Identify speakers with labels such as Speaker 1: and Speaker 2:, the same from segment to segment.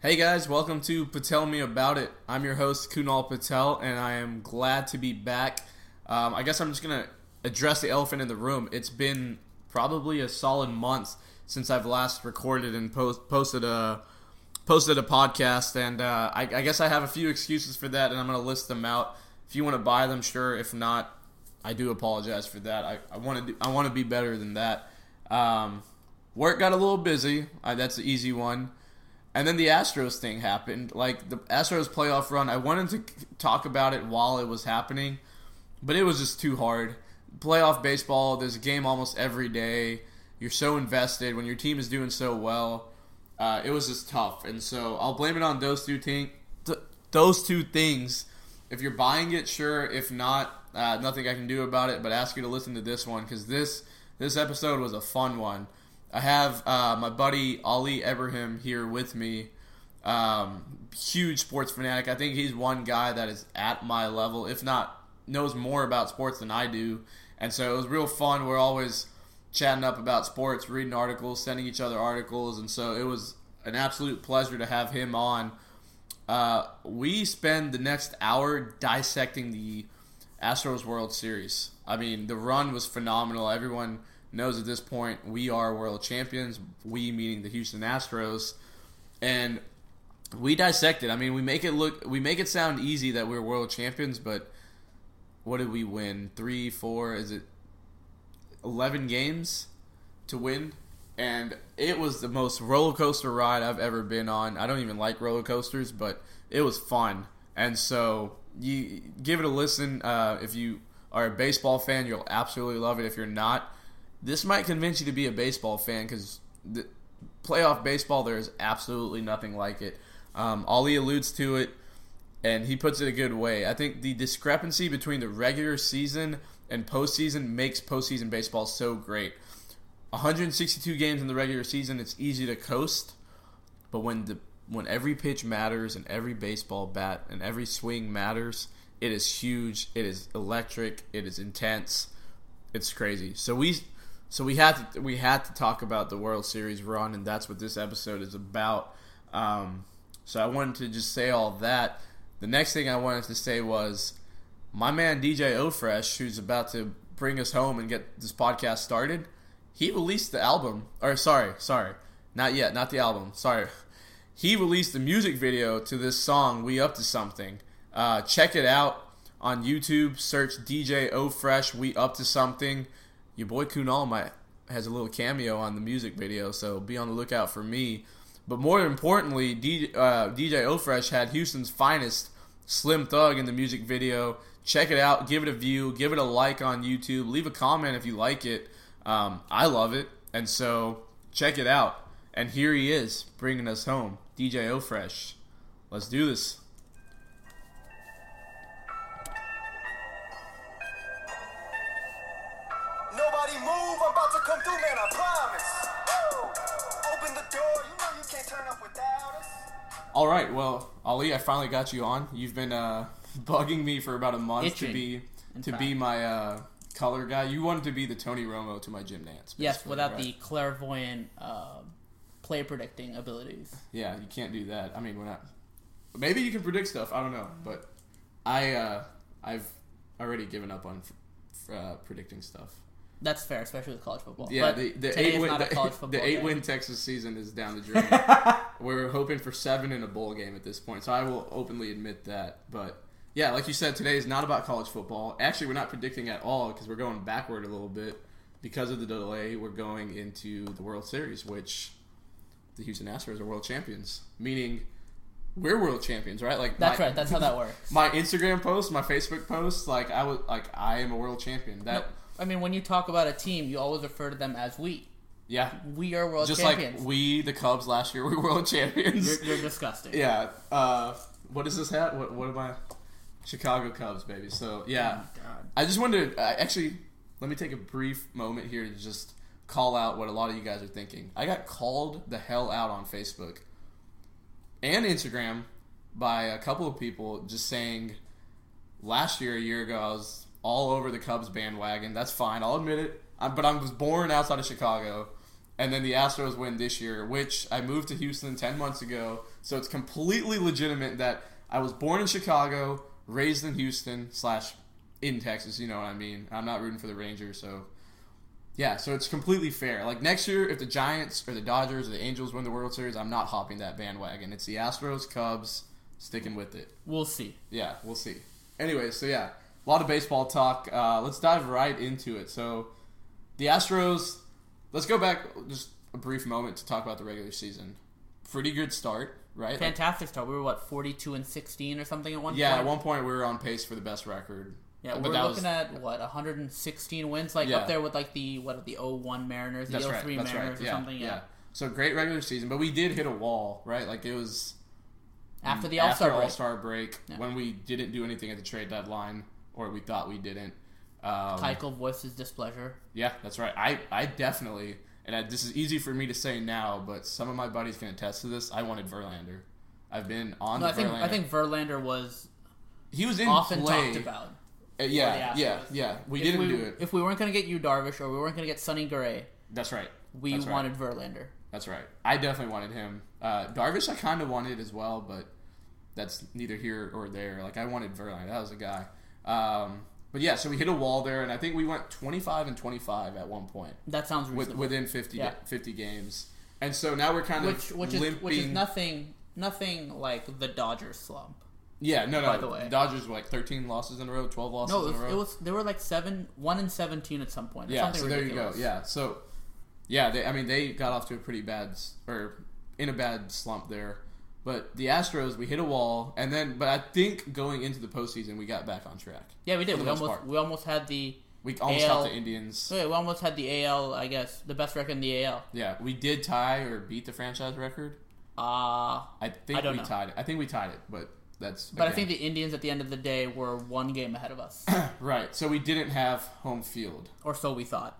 Speaker 1: Hey guys, welcome to Patel Me About It. I'm your host Kunal Patel, and I am glad to be back. Um, I guess I'm just gonna address the elephant in the room. It's been probably a solid month since I've last recorded and post- posted a posted a podcast, and uh, I, I guess I have a few excuses for that, and I'm gonna list them out. If you want to buy them, sure. If not, I do apologize for that. I, I want to I want to be better than that. Um, work got a little busy. Uh, that's the easy one. And then the Astros thing happened. Like the Astros playoff run, I wanted to c- talk about it while it was happening, but it was just too hard. Playoff baseball, there's a game almost every day. You're so invested when your team is doing so well. Uh, it was just tough, and so I'll blame it on those two things. Th- those two things. If you're buying it, sure. If not, uh, nothing I can do about it. But ask you to listen to this one because this this episode was a fun one. I have uh, my buddy Ali Ebrahim here with me. Um, huge sports fanatic. I think he's one guy that is at my level, if not knows more about sports than I do. And so it was real fun. We're always chatting up about sports, reading articles, sending each other articles, and so it was an absolute pleasure to have him on. Uh, we spend the next hour dissecting the Astros World Series. I mean, the run was phenomenal. Everyone knows at this point we are world champions. We meaning the Houston Astros, and we dissect it. I mean, we make it look, we make it sound easy that we're world champions, but what did we win? Three, four? Is it eleven games to win? And it was the most roller coaster ride I've ever been on. I don't even like roller coasters, but it was fun. And so you give it a listen. Uh, if you are a baseball fan, you'll absolutely love it. If you're not, this might convince you to be a baseball fan because the playoff baseball there is absolutely nothing like it. Um, Ollie alludes to it, and he puts it a good way. I think the discrepancy between the regular season and postseason makes postseason baseball so great. 162 games in the regular season, it's easy to coast, but when the when every pitch matters and every baseball bat and every swing matters, it is huge. It is electric. It is intense it's crazy. So we so we had to we had to talk about the World Series run, and that's what this episode is about. Um, so I wanted to just say all that. The next thing I wanted to say was my man DJ Ofresh, who's about to bring us home and get this podcast started. He released the album, or sorry, sorry, not yet, not the album. Sorry, he released the music video to this song "We Up to Something." Uh, check it out on YouTube. Search DJ O Fresh. We up to something. Your boy Kunal might has a little cameo on the music video, so be on the lookout for me. But more importantly, DJ, uh, DJ O Fresh had Houston's finest Slim Thug in the music video. Check it out. Give it a view. Give it a like on YouTube. Leave a comment if you like it. Um, I love it, and so check it out. And here he is, bringing us home, DJ O Fresh. Let's do this.
Speaker 2: Nobody move, I'm about to come through, man, I promise. Woo! Open the door, you know you can't turn up without us.
Speaker 1: All right, well, Ali, I finally got you on. You've been uh, bugging me for about a month to
Speaker 3: Itching,
Speaker 1: be
Speaker 3: in
Speaker 1: to
Speaker 3: fact.
Speaker 1: be my uh, color guy. You wanted to be the Tony Romo to my gym dance.
Speaker 3: Yes,
Speaker 1: basically,
Speaker 3: without
Speaker 1: right?
Speaker 3: the clairvoyant uh, play predicting abilities.
Speaker 1: yeah, you can't do that. I mean, we're not. Maybe you can predict stuff. I don't know, but I uh, I've already given up on f- f- uh, predicting stuff.
Speaker 3: That's fair, especially with college football.
Speaker 1: Yeah,
Speaker 3: but
Speaker 1: the, the
Speaker 3: today
Speaker 1: eight
Speaker 3: is
Speaker 1: win
Speaker 3: not a college
Speaker 1: the,
Speaker 3: football.
Speaker 1: the eight
Speaker 3: day.
Speaker 1: win Texas season is down the drain. We're hoping for seven in a bowl game at this point, so I will openly admit that. But yeah, like you said, today is not about college football. Actually, we're not predicting at all because we're going backward a little bit because of the delay. We're going into the World Series, which the Houston Astros are world champions, meaning we're world champions, right? Like
Speaker 3: That's
Speaker 1: my-
Speaker 3: right. That's how that works.
Speaker 1: my Instagram posts, my Facebook posts, like I was like I am a world champion. That
Speaker 3: I mean, when you talk about a team, you always refer to them as we.
Speaker 1: yeah.
Speaker 3: We are world
Speaker 1: Just
Speaker 3: champions.
Speaker 1: like we, the Cubs, last year were world champions.
Speaker 3: you're, you're disgusting.
Speaker 1: Yeah. Uh, what is this hat? What What am I? Chicago Cubs, baby. So yeah,
Speaker 3: Oh God.
Speaker 1: I just wanted to uh, actually let me take a brief moment here to just call out what a lot of you guys are thinking. I got called the hell out on Facebook and Instagram by a couple of people just saying last year, a year ago, I was all over the Cubs bandwagon. That's fine. I'll admit it. I, but I was born outside of Chicago. and then the Astros win this year, which I moved to Houston 10 months ago. So it's completely legitimate that I was born in Chicago, raised in Houston, slash in Texas, you know what I mean? I'm not rooting for the Rangers, so yeah, so it's completely fair. Like next year, if the Giants or the Dodgers or the Angels win the World Series, I'm not hopping that bandwagon. It's the Astros, Cubs, sticking with it.
Speaker 3: We'll see.
Speaker 1: Yeah, we'll see. Anyway, so yeah, a lot of baseball talk. Uh, let's dive right into it. So, the Astros. Let's go back just a brief moment to talk about the regular season. Pretty good start, right? Like,
Speaker 3: Fantastic start. We were what forty-two and sixteen or something at one
Speaker 1: yeah,
Speaker 3: point.
Speaker 1: at one point we were on pace for the best record.
Speaker 3: Yeah,
Speaker 1: but
Speaker 3: we're
Speaker 1: that
Speaker 3: looking
Speaker 1: was,
Speaker 3: at what 116 wins, like
Speaker 1: Yeah.
Speaker 3: up there with like the what the 01 Mariners, the
Speaker 1: that's
Speaker 3: 03
Speaker 1: right. That's
Speaker 3: Mariners,
Speaker 1: right.
Speaker 3: or
Speaker 1: Yeah,
Speaker 3: something. Yeah.
Speaker 1: yeah. So great regular season, but we did hit a wall, right? Like it was
Speaker 3: After the All Star
Speaker 1: after
Speaker 3: break,
Speaker 1: All-Star break when we didn't do anything at the trade deadline, or we thought we didn't. Um,
Speaker 3: Keuchel voiced his displeasure.
Speaker 1: Yeah, that's right. I, I definitely, and I, this is easy for me to say now, but some of my buddies can attest to this. I wanted Verlander. I've been on
Speaker 3: No,
Speaker 1: the
Speaker 3: I think
Speaker 1: Verlander.
Speaker 3: I think Verlander was
Speaker 1: he was in
Speaker 3: often
Speaker 1: play.
Speaker 3: talked about.
Speaker 1: Uh, yeah,
Speaker 3: the
Speaker 1: yeah,
Speaker 3: Astros.
Speaker 1: yeah. We
Speaker 3: If
Speaker 1: didn't
Speaker 3: we-
Speaker 1: do it.
Speaker 3: If we weren't going to get you Darvish or we weren't going to get Sonny Gray,
Speaker 1: that's right.
Speaker 3: we
Speaker 1: That's right.
Speaker 3: wanted Verlander.
Speaker 1: That's right. I definitely wanted him. Uh, Darvish, I kind of wanted as well, but that's neither here or there. Like I wanted Verlander. That was a guy. Um, but yeah, so we hit a wall there, and I think we went 25 and 25 at one point
Speaker 3: That sounds
Speaker 1: with,
Speaker 3: reasonable.
Speaker 1: within 50,
Speaker 3: Yeah.
Speaker 1: 50 games. And so now we're kind of
Speaker 3: which which is
Speaker 1: limping.
Speaker 3: which is nothing nothing like the Dodgers slump.
Speaker 1: Yeah, no, no.
Speaker 3: by the way.
Speaker 1: Dodgers were like 13 losses in a row, 12 losses
Speaker 3: No,
Speaker 1: in
Speaker 3: it
Speaker 1: a
Speaker 3: was,
Speaker 1: row.
Speaker 3: it was they were like seven one and seventeen at some point. or
Speaker 1: yeah,
Speaker 3: something
Speaker 1: so there
Speaker 3: ridiculous.
Speaker 1: you go. Yeah, so yeah, they, I mean they got off to a pretty bad s- or in a bad slump there. But the Astros, we hit a wall, and then but I think going into the postseason, we got back on track.
Speaker 3: yeah, we
Speaker 1: For
Speaker 3: did.
Speaker 1: the
Speaker 3: We
Speaker 1: most
Speaker 3: almost
Speaker 1: part.
Speaker 3: we almost had the
Speaker 1: We almost
Speaker 3: AL.
Speaker 1: got the Indians.
Speaker 3: we almost had the AL. I guess the best record in the AL.
Speaker 1: Yeah, we did tie or beat the franchise record.
Speaker 3: Uh
Speaker 1: I think
Speaker 3: I don't
Speaker 1: we
Speaker 3: know.
Speaker 1: tied it. I think we tied it, but that's
Speaker 3: but I
Speaker 1: again-
Speaker 3: think the Indians at the end of the day were one game ahead of us,
Speaker 1: right. So we didn't have home field.
Speaker 3: or so we thought.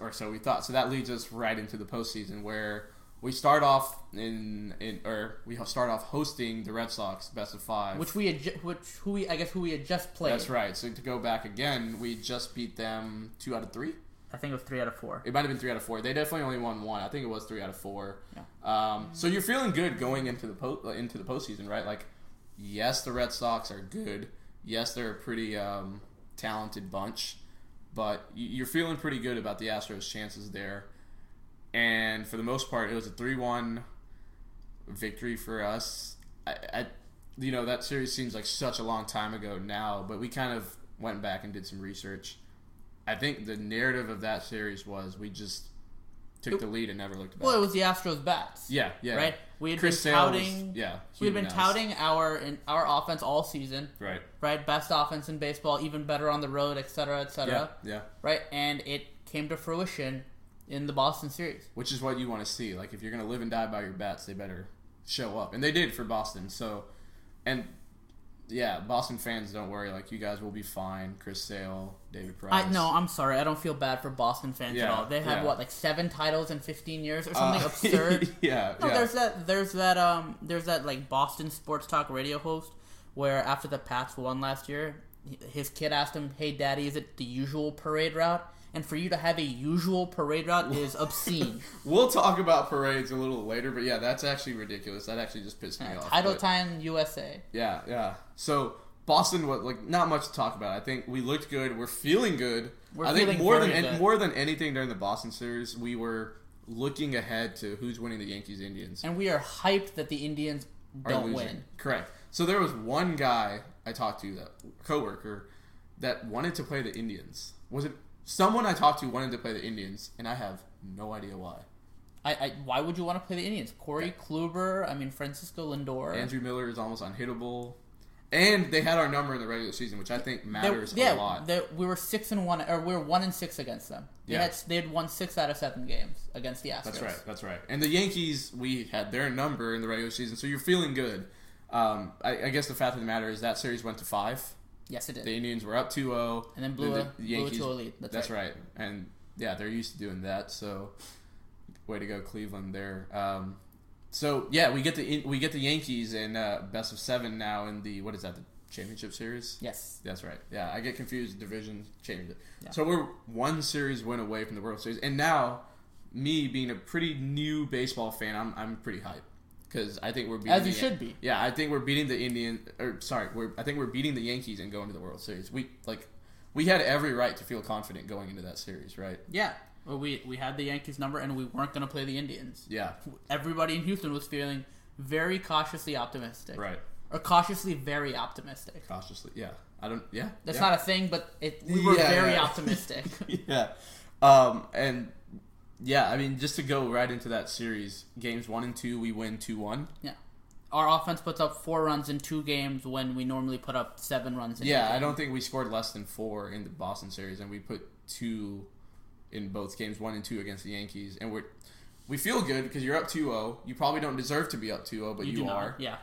Speaker 1: or so we thought. So that leads us right into the postseason where we start off in, in or we start off hosting the Red Sox best of five.
Speaker 3: Which we had, ju- which who we I guess who we had just played.
Speaker 1: that's right. So to go back again, we just beat them two out of three.
Speaker 3: I think it was three out of four.
Speaker 1: It might have been three out of four. They definitely only won one. I think it was three out of four.
Speaker 3: Yeah.
Speaker 1: Um, so you're feeling good going into the po- uh, into the postseason, right? Like, yes, the Red Sox are good. Yes, they're a pretty um, talented bunch, but y- you're feeling pretty good about the Astros' chances there. And for the most part, it was a three-one victory for us. I, I, you know, that series seems like such a long time ago now, but we kind of went back and did some research. I think the narrative of that series was we just took the lead and never looked back.
Speaker 3: Well, it was the Astros bats.
Speaker 1: yeah, yeah.
Speaker 3: Right. We had
Speaker 1: Chris
Speaker 3: been
Speaker 1: Sale was-
Speaker 3: touting.
Speaker 1: yeah.
Speaker 3: We had been
Speaker 1: humanized.
Speaker 3: touting our in, our offense all season.
Speaker 1: Right.
Speaker 3: Right. Best offense in baseball, even better on the road, et cetera, et cetera.
Speaker 1: Yeah. Yeah.
Speaker 3: Right. And it came to fruition in the Boston series.
Speaker 1: Which is what you want to see. Like if you're gonna live and die by your bats, they better show up. And they did for Boston, so and yeah, Boston fans don't worry, like you guys will be fine. Chris Sale, David Price.
Speaker 3: I no, I'm sorry. I don't feel bad for Boston fans at
Speaker 1: Yeah,
Speaker 3: all. They have
Speaker 1: yeah.
Speaker 3: what like seven titles in 15 years or
Speaker 1: Uh,
Speaker 3: something absurd.
Speaker 1: yeah.
Speaker 3: No,
Speaker 1: yeah.
Speaker 3: there's that there's that um there's that like Boston sports talk radio host where after the Pats won last year, h- his kid asked him, "Hey, daddy, is it the usual parade route?" And for you to have a usual parade route is obscene.
Speaker 1: We'll talk about parades a little later, but yeah, that's actually ridiculous. That actually just pissed me off.
Speaker 3: Title
Speaker 1: but-
Speaker 3: time USA.
Speaker 1: Yeah, yeah. So Boston was like not much to talk about. I think we looked good. We're feeling good.
Speaker 3: We're
Speaker 1: I think
Speaker 3: feeling
Speaker 1: more than
Speaker 3: very
Speaker 1: an-
Speaker 3: good.
Speaker 1: more than anything during the Boston series, we were looking ahead to who's winning the Yankees Indians.
Speaker 3: And we are hyped that the Indians
Speaker 1: Or
Speaker 3: don't
Speaker 1: losing.
Speaker 3: win.
Speaker 1: Correct. So there was one guy I talked to that coworker that wanted to play the Indians. Was it someone I talked to wanted to play the Indians and I have no idea why.
Speaker 3: I, I why would you want to play the Indians? Corey Kluber, I mean Francisco Lindor.
Speaker 1: Andrew Miller is almost unhittable. And they had our number in the regular season, which I think
Speaker 3: They-
Speaker 1: matters
Speaker 3: yeah,
Speaker 1: a lot.
Speaker 3: they- we were six and one, or we were one and six against them. They
Speaker 1: Yeah.
Speaker 3: had they had won six out of seven games against the Astros.
Speaker 1: That's right. That's right. And the Yankees, we had their number in the regular season, so you're feeling good. Um, I, I guess the fact of the matter is that series went to five.
Speaker 3: Yes, it did.
Speaker 1: The Indians were up 2-0.
Speaker 3: And then blew
Speaker 1: the,
Speaker 3: a- blew a 2-0 lead. That's
Speaker 1: right. And yeah, they're used to doing that. So way to go, Cleveland there. Um, so yeah, we get the we get the Yankees in uh, best of seven now in the what is that the championship series?
Speaker 3: yes.
Speaker 1: That's right. Yeah, I get confused. Division changed it.
Speaker 3: Yeah.
Speaker 1: So we're one series win away from the World Series, and now me being a pretty new baseball fan, I'm I'm pretty hyped because I think we're beating
Speaker 3: As you
Speaker 1: the-
Speaker 3: should be.
Speaker 1: Yeah, I think we're beating the Indian or sorry, we're I think we're beating the Yankees and going to the World Series. We like we had every right to feel confident going into that series, right?
Speaker 3: Yeah. Well, we we had the Yankees number, and we weren't going to play the Indians.
Speaker 1: Yeah,
Speaker 3: Everybody in Houston was feeling very cautiously optimistic.
Speaker 1: right.
Speaker 3: Or cautiously very optimistic.
Speaker 1: Cautiously, yeah. I don't, yeah.
Speaker 3: That's
Speaker 1: yeah.
Speaker 3: not a thing, but it, we were
Speaker 1: Yeah,
Speaker 3: very
Speaker 1: yeah.
Speaker 3: optimistic.
Speaker 1: yeah. Um, and yeah, I mean, just to go right into that series, games one and two, we win 2 1.
Speaker 3: yeah. Our offense puts up four runs in two games when we normally put up seven runs in
Speaker 1: Yeah,
Speaker 3: a
Speaker 1: I
Speaker 3: game.
Speaker 1: don't think we scored less than four in the Boston series, and we put two in both games, one and two against the Yankees. And we're, we feel good because you're up 2 0. You probably don't deserve to be up 2 0, but you,
Speaker 3: do not.
Speaker 1: are.
Speaker 3: Yeah.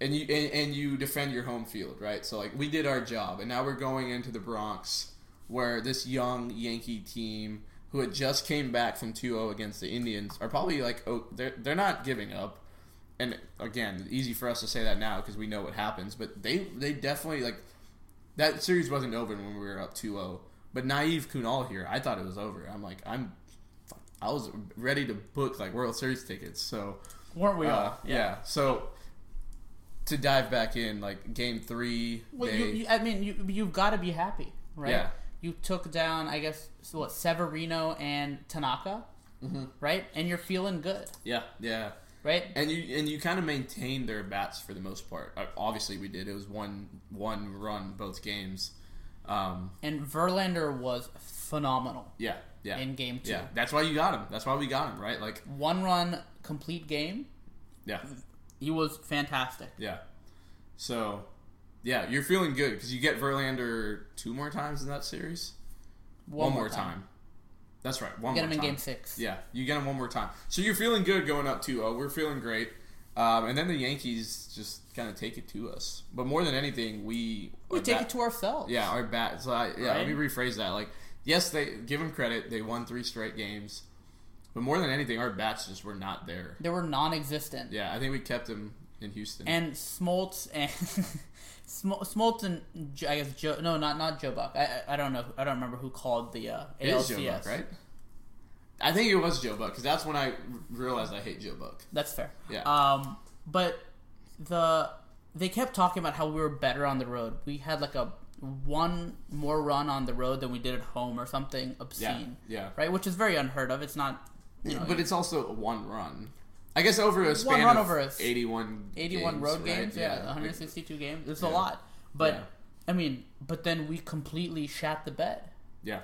Speaker 1: and you and, and you defend your home field, right? So like we did our job, and now we're going into the Bronx, where this young Yankee team who had just came back from 2-0 against the Indians are probably like oh they're they're not giving up. And again, easy for us to say that now because we know what happens, but they they definitely like that series wasn't over when we were up 2-0. But naive Kunal here, I thought it was over. I'm like I'm I was ready to book like World Series tickets, so
Speaker 3: Weren't we
Speaker 1: uh,
Speaker 3: all?
Speaker 1: yeah. So to dive back in, like game three,
Speaker 3: Well,
Speaker 1: they,
Speaker 3: you, you, I mean, you you've got to be happy, right?
Speaker 1: Yeah.
Speaker 3: You took down, I guess, so what Severino and Tanaka,
Speaker 1: Mm-hmm.
Speaker 3: right? And you're feeling good,
Speaker 1: yeah, yeah,
Speaker 3: right?
Speaker 1: and you and you kind of maintained their bats for the most part. Uh, Obviously, we did. It was one one run both games. Um,
Speaker 3: And Verlander was phenomenal.
Speaker 1: yeah, yeah.
Speaker 3: In game two.
Speaker 1: yeah, that's why you got him. That's why we got him, right? Like,
Speaker 3: One run complete game.
Speaker 1: yeah,
Speaker 3: He was fantastic.
Speaker 1: yeah. So, yeah, you're feeling good because you get Verlander two more times in that series. One, more time. That's right. One
Speaker 3: Get
Speaker 1: more
Speaker 3: him in
Speaker 1: time.
Speaker 3: game six.
Speaker 1: Yeah, you get them one more time. So you're feeling good going up 2-0. We're feeling great. Um, and then the Yankees just kind of take it to us. But more than anything, we
Speaker 3: We
Speaker 1: our
Speaker 3: take
Speaker 1: bat-
Speaker 3: it to ourselves.
Speaker 1: yeah our bat. So I, yeah, let
Speaker 3: Right.
Speaker 1: me rephrase that. Like yes, they give them credit. They won three straight games. But more than anything, our bats just were not there.
Speaker 3: They were non-existent.
Speaker 1: Yeah, I think we kept them in Houston.
Speaker 3: And Smoltz and Smol- Smoltz and Jo- I guess Joe. No, not not Joe Buck. I, I I don't know. I don't remember who called the uh,
Speaker 1: it
Speaker 3: ALCS.
Speaker 1: is Joe Buck, right? I think it was Joe Buck because that's when I r- realized I hate Joe Buck.
Speaker 3: That's fair.
Speaker 1: Yeah.
Speaker 3: Um, but the they kept talking about how we were better on the road. We had like a one more run on the road than we did at home or something obscene.
Speaker 1: yeah.
Speaker 3: Right, which is very unheard of. It's not. You know,
Speaker 1: but it's also a one run. I guess over a span
Speaker 3: Oh, run
Speaker 1: of
Speaker 3: over a s-
Speaker 1: 81
Speaker 3: eighty-one
Speaker 1: games,
Speaker 3: road
Speaker 1: right?
Speaker 3: games. Yeah, one hundred
Speaker 1: like-
Speaker 3: sixty-two games. It's a
Speaker 1: Yeah.
Speaker 3: lot. But
Speaker 1: Yeah.
Speaker 3: I mean, but then we completely shat the bed.
Speaker 1: yeah.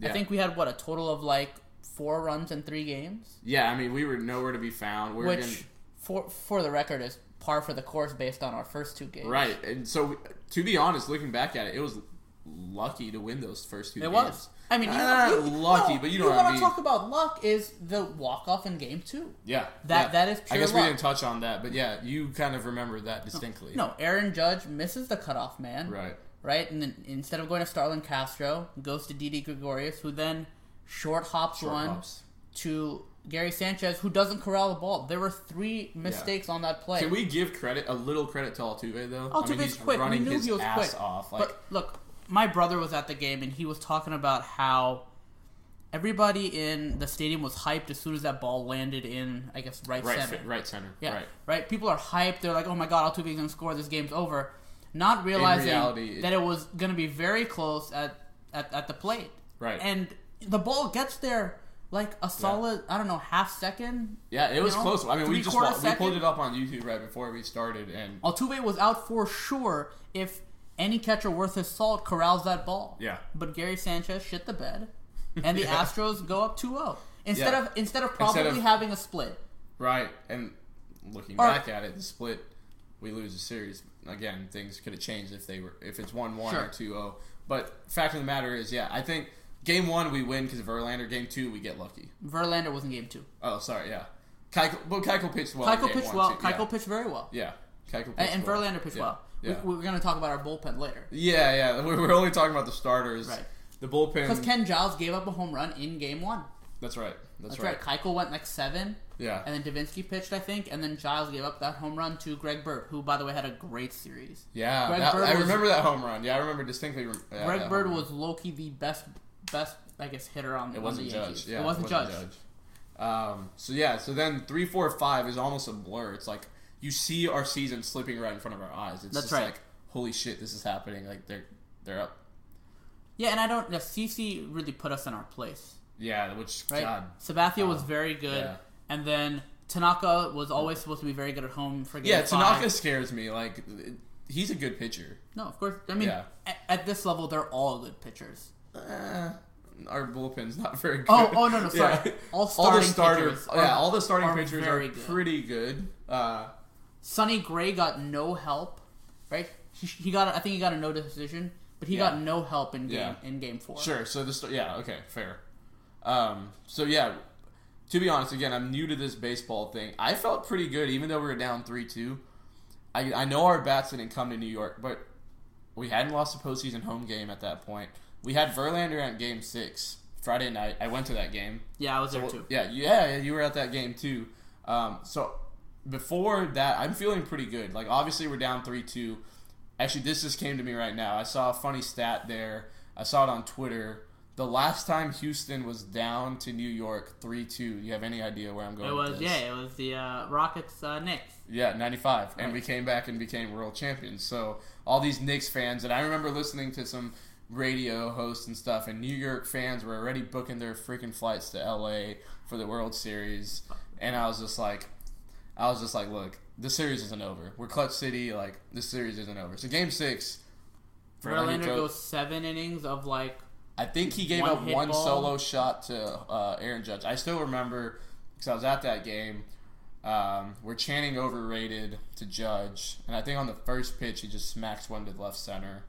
Speaker 1: Yeah.
Speaker 3: I think we had what a total of like four runs in three games,
Speaker 1: yeah, I mean, we were nowhere to be found. We were
Speaker 3: which for for the record is par for the course based on our first two games.
Speaker 1: gonna, right. And so, to be honest, looking back at it, it was lucky to win those first two
Speaker 3: It
Speaker 1: games. Uh,
Speaker 3: was. I mean, you,
Speaker 1: Not
Speaker 3: you-
Speaker 1: Ah, lucky,
Speaker 3: no,
Speaker 1: but you know what
Speaker 3: wanna
Speaker 1: I mean.
Speaker 3: talk about luck is the walk off in game two.
Speaker 1: yeah. yeah.
Speaker 3: That- that is pure
Speaker 1: I guess
Speaker 3: luck.
Speaker 1: we didn't touch on that, but yeah, you kind of remember that distinctly.
Speaker 3: No, Aaron Judge misses the cutoff man.
Speaker 1: Right.
Speaker 3: Right, and then instead of going to Starlin Castro, goes to Didi Gregorius, who then short hops
Speaker 1: Short
Speaker 3: one
Speaker 1: hops.
Speaker 3: to Gary Sanchez, who doesn't corral the ball. There were three mistakes on that play.
Speaker 1: Can we give credit a little credit to Altuve though?
Speaker 3: Altuve's
Speaker 1: I mean, he's
Speaker 3: quick.
Speaker 1: running
Speaker 3: we knew
Speaker 1: his
Speaker 3: he was
Speaker 1: ass
Speaker 3: quick.
Speaker 1: off. Like,
Speaker 3: but look, my brother was at the game and he was talking about how everybody in the stadium was hyped as soon as that ball landed in, I guess, right,
Speaker 1: right,
Speaker 3: center.
Speaker 1: center. right center.
Speaker 3: Yeah,
Speaker 1: Right.
Speaker 3: right. People are hyped. They're like, "Oh my god, Altuve's gonna score. This game's over," not realizing
Speaker 1: reality, it-
Speaker 3: that it was gonna be very close at, at at the plate.
Speaker 1: Right.
Speaker 3: And the ball gets there like a solid, I don't know, half second.
Speaker 1: Yeah, it was
Speaker 3: know,
Speaker 1: close. I mean, we just
Speaker 3: three-quarter
Speaker 1: wa- we pulled
Speaker 3: second. Oh.
Speaker 1: it up on YouTube right before we started, and
Speaker 3: Altuve was out for sure if any catcher worth his salt corrals that ball.
Speaker 1: Yeah.
Speaker 3: But Gary Sanchez shit the bed, and the
Speaker 1: Yeah.
Speaker 3: Astros go up 2-0. Instead
Speaker 1: Yeah.
Speaker 3: of instead of
Speaker 1: Instead
Speaker 3: probably
Speaker 1: of-
Speaker 3: having a split.
Speaker 1: right, and looking
Speaker 3: Or-
Speaker 1: back at it, the split, we lose the series again. Things could have changed if they were if it's one one or
Speaker 3: Sure.
Speaker 1: two zero. But fact of the matter is, yeah, I think game one we win because of Verlander. Game two we get lucky.
Speaker 3: Verlander was in game two.
Speaker 1: Oh, sorry, yeah, Keiko, but Keiko pitched well. in
Speaker 3: Keiko
Speaker 1: game
Speaker 3: pitched
Speaker 1: one,
Speaker 3: well.
Speaker 1: too.
Speaker 3: Keiko pitched very well.
Speaker 1: yeah, yeah, Keiko pitched
Speaker 3: And, and
Speaker 1: well.
Speaker 3: Verlander pitched
Speaker 1: Yeah,
Speaker 3: well.
Speaker 1: Yeah.
Speaker 3: We, we're going to talk about our bullpen later.
Speaker 1: yeah, yeah. We're, we're only talking about the starters.
Speaker 3: Right.
Speaker 1: The
Speaker 3: Because
Speaker 1: bullpen.
Speaker 3: Ken Giles gave up a home run in game one.
Speaker 1: that's right. That's,
Speaker 3: That's
Speaker 1: right.
Speaker 3: right. Keiko went like seven.
Speaker 1: Yeah.
Speaker 3: And then Davinsky pitched, I think, and then Giles gave up that home run to Greg Bird, who, by the way, had a great series.
Speaker 1: Yeah,
Speaker 3: Greg
Speaker 1: that-
Speaker 3: Bird
Speaker 1: I
Speaker 3: was-
Speaker 1: remember that home run. Yeah, I remember distinctly. rem- yeah, that
Speaker 3: Greg
Speaker 1: home
Speaker 3: Bird
Speaker 1: run.
Speaker 3: was Loki the best best I guess hitter on,
Speaker 1: It
Speaker 3: on
Speaker 1: wasn't
Speaker 3: the Yankees.
Speaker 1: Judge. Yeah,
Speaker 3: it wasn't, judged.
Speaker 1: Um, so yeah, so then three, four, five is almost a blur. It's like you see our season slipping right in front of our eyes. It's
Speaker 3: That's
Speaker 1: just
Speaker 3: right.
Speaker 1: like holy shit, this is happening. Like they're they're up.
Speaker 3: Yeah, and I don't. The CC really put us in our place,
Speaker 1: Yeah, which
Speaker 3: right?
Speaker 1: God,
Speaker 3: Sabathia was very good,
Speaker 1: yeah.
Speaker 3: and then Tanaka was always supposed to be very good at home. For game
Speaker 1: yeah,
Speaker 3: five.
Speaker 1: Tanaka scares me. Like it- he's a good pitcher.
Speaker 3: No, of course. I mean,
Speaker 1: Yeah.
Speaker 3: at, at this level, they're all good pitchers.
Speaker 1: Uh, our bullpen's not very good.
Speaker 3: Oh, oh no, no, sorry.
Speaker 1: Yeah.
Speaker 3: All
Speaker 1: all
Speaker 3: starting
Speaker 1: the starter,
Speaker 3: pitchers
Speaker 1: yeah,
Speaker 3: are-
Speaker 1: all the starting
Speaker 3: are
Speaker 1: pitchers are
Speaker 3: very good.
Speaker 1: pretty good. Uh,
Speaker 3: Sonny Gray got no help, right? He, he got, I think he got a no decision, but he
Speaker 1: Yeah.
Speaker 3: got no help in game
Speaker 1: Yeah.
Speaker 3: in game four.
Speaker 1: Sure. So this, yeah, okay, fair. Um, so yeah, to be honest, again, I'm new to this baseball thing. I felt pretty good, even though we were down three two. I, I know our bats didn't come to New York, but we hadn't lost a postseason home game at that point. We had Verlander at Game Six Friday night. I went to that game.
Speaker 3: Yeah, I was there too.
Speaker 1: Yeah, yeah, you were at that game too. Um, so before that, I'm feeling pretty good. Like obviously we're down three two. Actually, this just came to me right now. I saw a funny stat there. I saw it on Twitter. The last time Houston was down to New York three two. Do you have any idea where I'm going?
Speaker 3: It
Speaker 1: with
Speaker 3: was
Speaker 1: this?
Speaker 3: yeah, it was the uh, Rockets uh, Knicks.
Speaker 1: Yeah, 95. And we came back and became world champions. So, all these Knicks fans, and I remember listening to some radio hosts and stuff, and New York fans were already booking their freaking flights to LA for the World Series. And I was just like, I was just like, look, this series isn't over. We're Clutch City. Like, this series isn't over. So, game six,
Speaker 3: Verlander
Speaker 1: throw-
Speaker 3: goes seven innings of like
Speaker 1: I think he gave
Speaker 3: One
Speaker 1: up
Speaker 3: hit
Speaker 1: one
Speaker 3: ball.
Speaker 1: solo shot to uh, Aaron Judge. I still remember because I was at that game. Um, we're chanting overrated to Judge, and I think on the first pitch he just smacks one to left center.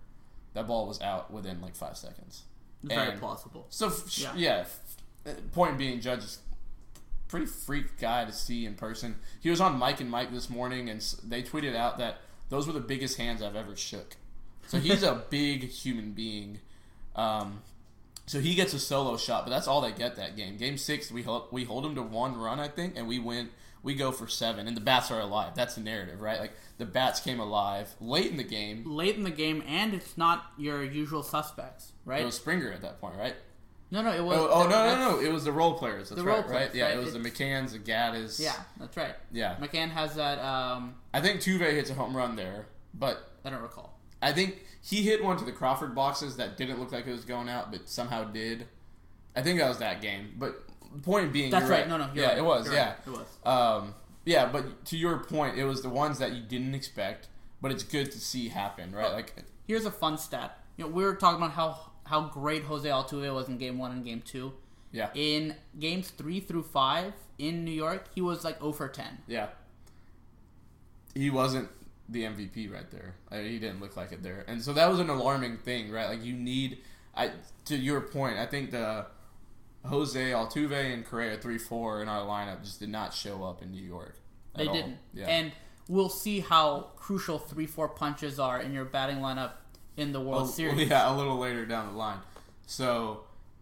Speaker 1: That ball was out within like five seconds.
Speaker 3: very
Speaker 1: And-
Speaker 3: plausible.
Speaker 1: So f-
Speaker 3: Yeah.
Speaker 1: yeah. f- uh, point being, Judge is pretty freak guy to see in person. He was on Mike and Mike this morning, and s- they tweeted out that those were the biggest hands I've ever shook. So he's a big human being. Um, so he gets a solo shot, but that's all they get that game. Game six, we hold, we hold them to one run, I think, and we win. We go for seven, and the bats are alive. That's the narrative, right? Like the bats came alive late in the game.
Speaker 3: Late in the game, and it's not your usual suspects,
Speaker 1: It
Speaker 3: right?
Speaker 1: was Springer at that point, right?
Speaker 3: no, no, it was.
Speaker 1: Oh, oh no,
Speaker 3: that's-
Speaker 1: no, no! It was the role players. That's
Speaker 3: The
Speaker 1: right,
Speaker 3: role players,
Speaker 1: right? Yeah,
Speaker 3: right.
Speaker 1: it was the McCanns, the Gaddis.
Speaker 3: Yeah, that's right.
Speaker 1: yeah.
Speaker 3: McCann has that. Um,
Speaker 1: I think Tuve hits a home run there, but
Speaker 3: I don't recall.
Speaker 1: I think he hit one to the Crawford boxes that didn't look like it was going out, but somehow did. I think that was that game. But point being,
Speaker 3: That's
Speaker 1: you're
Speaker 3: right. No, no, you're
Speaker 1: yeah,
Speaker 3: right.
Speaker 1: it was.
Speaker 3: You're
Speaker 1: yeah,
Speaker 3: right. It was.
Speaker 1: Um, yeah, but to your point, it was the ones that you didn't expect, but it's good to see happen, right? Like,
Speaker 3: Here's a fun stat. You know, we were talking about how how great Jose Altuve was in game one and game two.
Speaker 1: yeah,
Speaker 3: In games three through five in New York, he was like 0 for 10.
Speaker 1: yeah. He wasn't the MVP right there. I mean, he didn't look like it there, and so that was an alarming thing, right? Like, you need, I to your point, I think the Jose Altuve and Correa three four in our lineup just did not show up in New York. at
Speaker 3: They
Speaker 1: all.
Speaker 3: didn't.
Speaker 1: Yeah.
Speaker 3: And we'll see how crucial 3 4 punches are in your batting lineup in the World
Speaker 1: Oh,
Speaker 3: Series.
Speaker 1: Yeah, a little later down the line. So,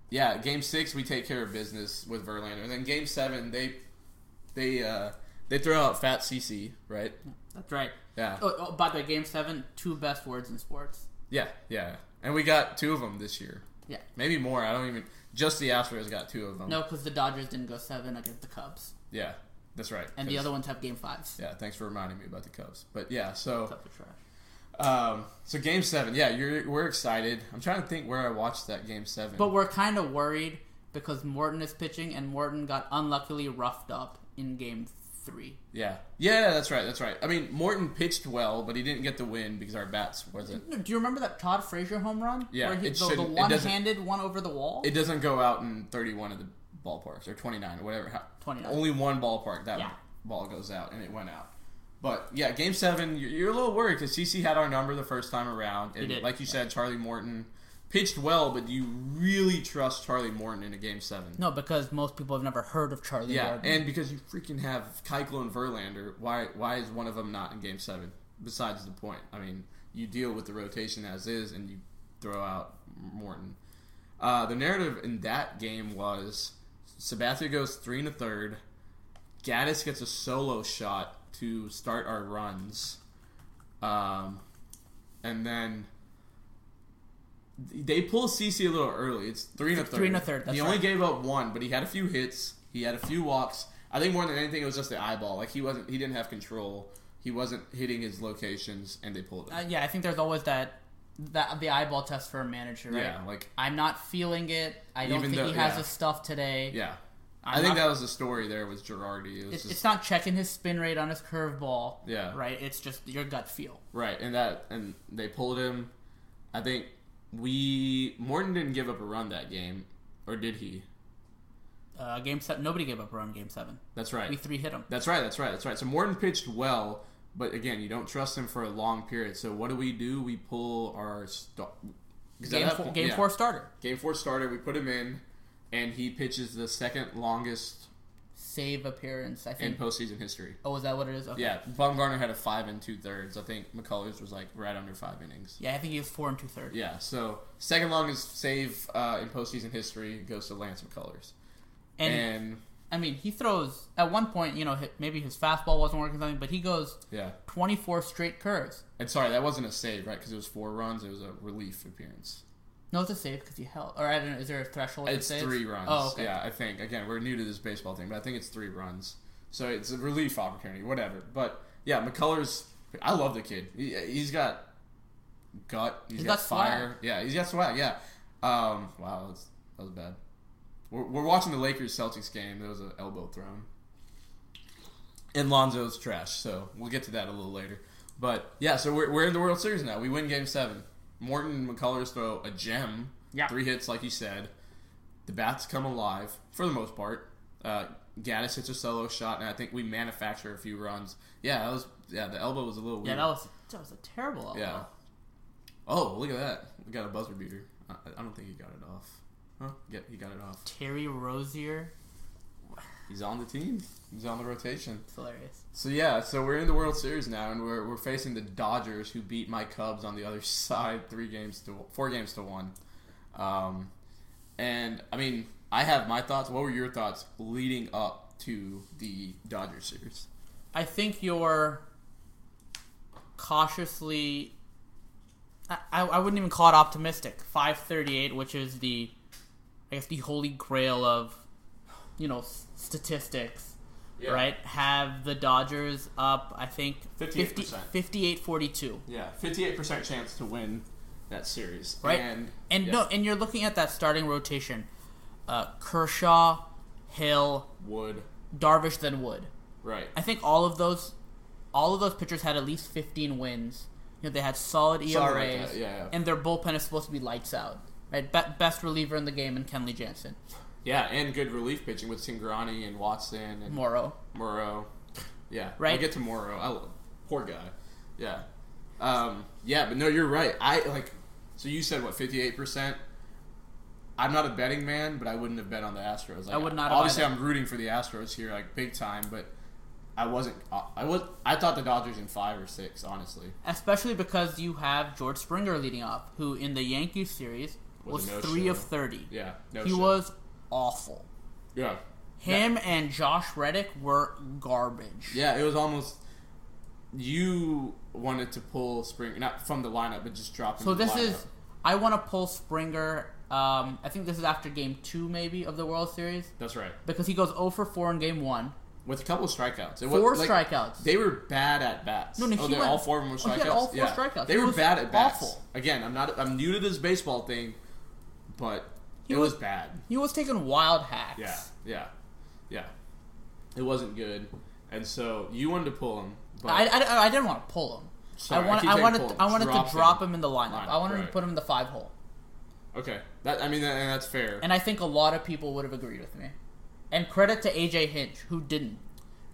Speaker 1: yeah, game six we take care of business with Verlander, and then game seven they they uh, they throw out Fat CC, right?
Speaker 3: That's right.
Speaker 1: Yeah,
Speaker 3: Oh, oh, by the way, game seven, two best words in sports.
Speaker 1: yeah, yeah. And we got two of them this year,
Speaker 3: Yeah.
Speaker 1: maybe more. I don't even. Just the Astros got two of them.
Speaker 3: No, because the Dodgers didn't go seven against the Cubs.
Speaker 1: Yeah, that's right.
Speaker 3: And the
Speaker 1: 'Cause-
Speaker 3: other ones have game fives.
Speaker 1: Yeah, thanks for reminding me about the Cubs. But yeah, so
Speaker 3: Cubs are trash.
Speaker 1: um, so game seven. Yeah, you're we're excited. I'm trying to think where I watched that game seven.
Speaker 3: But we're kind of worried because Morton is pitching, and Morton got unluckily roughed up in game three.
Speaker 1: Yeah. Yeah, that's right. That's right. I mean, Morton pitched well, but he didn't get the win because our bats wasn't.
Speaker 3: No, Do you remember that Todd Frazier home run?
Speaker 1: Yeah,
Speaker 3: Where he,
Speaker 1: it
Speaker 3: the, the
Speaker 1: shouldn't- it doesn't-
Speaker 3: one-handed one over the wall?
Speaker 1: It doesn't go out in 31 of the ballparks or 29 or whatever. how-
Speaker 3: 29.
Speaker 1: Only one ballpark that
Speaker 3: Yeah.
Speaker 1: ball goes out, and it went out. But yeah, game seven, you're, you're a little worried because CC had our number the first time around, and
Speaker 3: did.
Speaker 1: like you said, Charlie Morton pitched well, but do you really trust Charlie Morton in a game seven?
Speaker 3: no, because most people have never heard of Charlie
Speaker 1: Yeah,
Speaker 3: Morton.
Speaker 1: and because you freaking have Keuchel and Verlander, why why is one of them not in Game Seven? Besides the point, I mean, you deal with the rotation as is, and you throw out Morton. Uh, the narrative in that game was Sabathia goes three and a third. Gaddis gets a solo shot to start our runs, um, and then they pull CC a little early. It's three and a third.
Speaker 3: Three and a third, that's
Speaker 1: he only
Speaker 3: right.
Speaker 1: gave up one, but he had a few hits. He He had a few walks. I think more than anything, it was just the eyeball. Like he wasn't, he didn't have control. He wasn't hitting his locations, and they pulled him.
Speaker 3: Uh, yeah, I think there's always that that the eyeball test for a manager, right?
Speaker 1: Yeah, like-
Speaker 3: I'm not feeling it. I don't
Speaker 1: Even
Speaker 3: think
Speaker 1: though-
Speaker 3: he has
Speaker 1: yeah.
Speaker 3: his stuff today.
Speaker 1: yeah, i
Speaker 3: I'm
Speaker 1: think
Speaker 3: not-
Speaker 1: that was the story. There was Girardi. It was
Speaker 3: It's,
Speaker 1: just,
Speaker 3: it's not checking his spin rate on his curveball.
Speaker 1: Yeah.
Speaker 3: Right? It's just your gut feel.
Speaker 1: Right, and that and they pulled him. I think we Morton didn't give up a run that game, or did he?
Speaker 3: Uh, game seven. Nobody gave up a run. Game seven.
Speaker 1: That's right.
Speaker 3: We three hit him.
Speaker 1: That's right. That's right. That's right. So Morton pitched well, but again, you don't trust him for a long period. So what do we do? We pull our star. 'cause at
Speaker 3: Game,
Speaker 1: that
Speaker 3: four,
Speaker 1: point-
Speaker 3: game
Speaker 1: yeah.
Speaker 3: four starter.
Speaker 1: Game four starter. We put him in, and he pitches the second longest
Speaker 3: Save appearance. I
Speaker 1: in
Speaker 3: think.
Speaker 1: postseason history.
Speaker 3: oh, is that what it is? Okay.
Speaker 1: Yeah, Bumgarner had a five and two thirds. I think McCullers was like right under five innings.
Speaker 3: Yeah, I think he was four and two thirds.
Speaker 1: Yeah, so second longest save uh, in postseason history goes to Lance McCullers.
Speaker 3: And,
Speaker 1: And
Speaker 3: I mean, he throws at one point. You know, hi- maybe his fastball wasn't working or something, but he goes
Speaker 1: yeah,
Speaker 3: 24 straight curves.
Speaker 1: and sorry, that wasn't a save, right? Because it was four runs. It was a relief appearance.
Speaker 3: No, it's a save because he held. Or I don't know. Is there a threshold? for
Speaker 1: It's
Speaker 3: saves?
Speaker 1: three runs.
Speaker 3: Oh, okay.
Speaker 1: Yeah, I think. Again, we're new to this baseball thing, but I think it's three runs. So it's a relief opportunity, whatever. But yeah, McCullers. I love the kid. He, he's got gut. he's
Speaker 3: He's
Speaker 1: got,
Speaker 3: got
Speaker 1: fire. Yeah, he's got swag. Yeah. Um, wow, that's, that was bad. We're, we're watching the Lakers Celtics game. There was an elbow thrown. And Lonzo's trash, so we'll get to that a little later. But yeah, so we're, we're in the World Series now. We win Game Seven. Morton and McCullers throw a gem,
Speaker 3: Yeah.
Speaker 1: three hits, like you said. The bats come alive for the most part. Uh, Gaddis hits a solo shot, and I think we manufacture a few runs. Yeah, that was yeah. The elbow was a little weird.
Speaker 3: Yeah, that was that was a terrible. elbow.
Speaker 1: Yeah. Oh, look at that! We got a buzzer beater. I, I don't think he got it off. Huh? Yeah, he got it off.
Speaker 3: Terry Rozier.
Speaker 1: He's on the team. He's on the rotation.
Speaker 3: It's hilarious.
Speaker 1: So yeah, so we're in the World Series now, and we're, we're facing the Dodgers, who beat my Cubs on the other side, three games to four games to one. Um, and I mean, I have my thoughts. What were your thoughts leading up to the Dodgers series?
Speaker 3: I think you're cautiously. I, I I wouldn't even call it optimistic. Five thirty eight, which is the, I guess the holy grail of, you know, s- statistics. Right, have the Dodgers up. I think 50,
Speaker 1: 58%.
Speaker 3: 58-42.
Speaker 1: Yeah, fifty-eight percent chance to win that series.
Speaker 3: Right,
Speaker 1: and,
Speaker 3: no, and you're looking at that starting rotation: uh, Kershaw, Hill,
Speaker 1: Wood.
Speaker 3: Darvish, then Wood.
Speaker 1: Right.
Speaker 3: I think all of those, all of those pitchers had at least 15 wins. You know, they had solid ERAs,
Speaker 1: like that, yeah, yeah.
Speaker 3: and their bullpen is supposed to be lights out. Right, Be- best reliever in the game in Kenley Jansen,
Speaker 1: Yeah, and good relief pitching with Singrani and Watson and
Speaker 3: Morrow.
Speaker 1: Morrow. Yeah,
Speaker 3: Right.
Speaker 1: We'll get to Morrow. I love, poor guy. Yeah, um, yeah, but no, you're right. I like. So you said what, fifty eight percent? I'm not a betting man, but I wouldn't have bet on the Astros. Like,
Speaker 3: I would not have
Speaker 1: Obviously,
Speaker 3: either.
Speaker 1: I'm rooting for the Astros here, like big time. But I wasn't. uh, I was. I thought the Dodgers in five or six, honestly.
Speaker 3: Especially because you have George Springer leading off, who in the Yankees series
Speaker 1: Was
Speaker 3: was,
Speaker 1: a no-show.
Speaker 3: three of 30.
Speaker 1: Yeah, no
Speaker 3: he
Speaker 1: shit.
Speaker 3: was awful.
Speaker 1: Yeah,
Speaker 3: Him and Josh Reddick were garbage.
Speaker 1: yeah. It was almost. You wanted to pull Spring not from the lineup, but just drop. him
Speaker 3: So
Speaker 1: in the
Speaker 3: this
Speaker 1: lineup.
Speaker 3: is I want to pull Springer. Um, I think this is after Game Two, maybe of the World Series.
Speaker 1: That's right.
Speaker 3: because he goes 0 for 4 in game 1.
Speaker 1: with a couple of strikeouts. It
Speaker 3: Four
Speaker 1: was, like,
Speaker 3: strikeouts.
Speaker 1: They were bad at bats.
Speaker 3: No, no,
Speaker 1: oh,
Speaker 3: he
Speaker 1: they-
Speaker 3: went-
Speaker 1: all four of them were
Speaker 3: oh,
Speaker 1: strikeouts.
Speaker 3: he had all four
Speaker 1: yeah.
Speaker 3: strikeouts.
Speaker 1: They
Speaker 3: It
Speaker 1: were
Speaker 3: was
Speaker 1: bad at bats.
Speaker 3: awful.
Speaker 1: Again, I'm not. I'm new to this baseball thing, but it was,
Speaker 3: was-
Speaker 1: bad.
Speaker 3: He was taking wild hacks.
Speaker 1: Yeah, yeah, yeah. It wasn't good, and so you wanted to pull him. But
Speaker 3: I, I, I didn't want to pull him.
Speaker 1: Sorry,
Speaker 3: I,
Speaker 1: I
Speaker 3: want,
Speaker 1: keep
Speaker 3: I,
Speaker 1: saying
Speaker 3: wanted
Speaker 1: pull him.
Speaker 3: I wanted
Speaker 1: Drop
Speaker 3: to drop
Speaker 1: him.
Speaker 3: him in the lineup.
Speaker 1: Lineup,
Speaker 3: I wanted
Speaker 1: right.
Speaker 3: to put him in the 5 hole.
Speaker 1: okay, that I mean, that, and that's fair.
Speaker 3: And I think a lot of people would have agreed with me. And credit to AJ Hinch who didn't.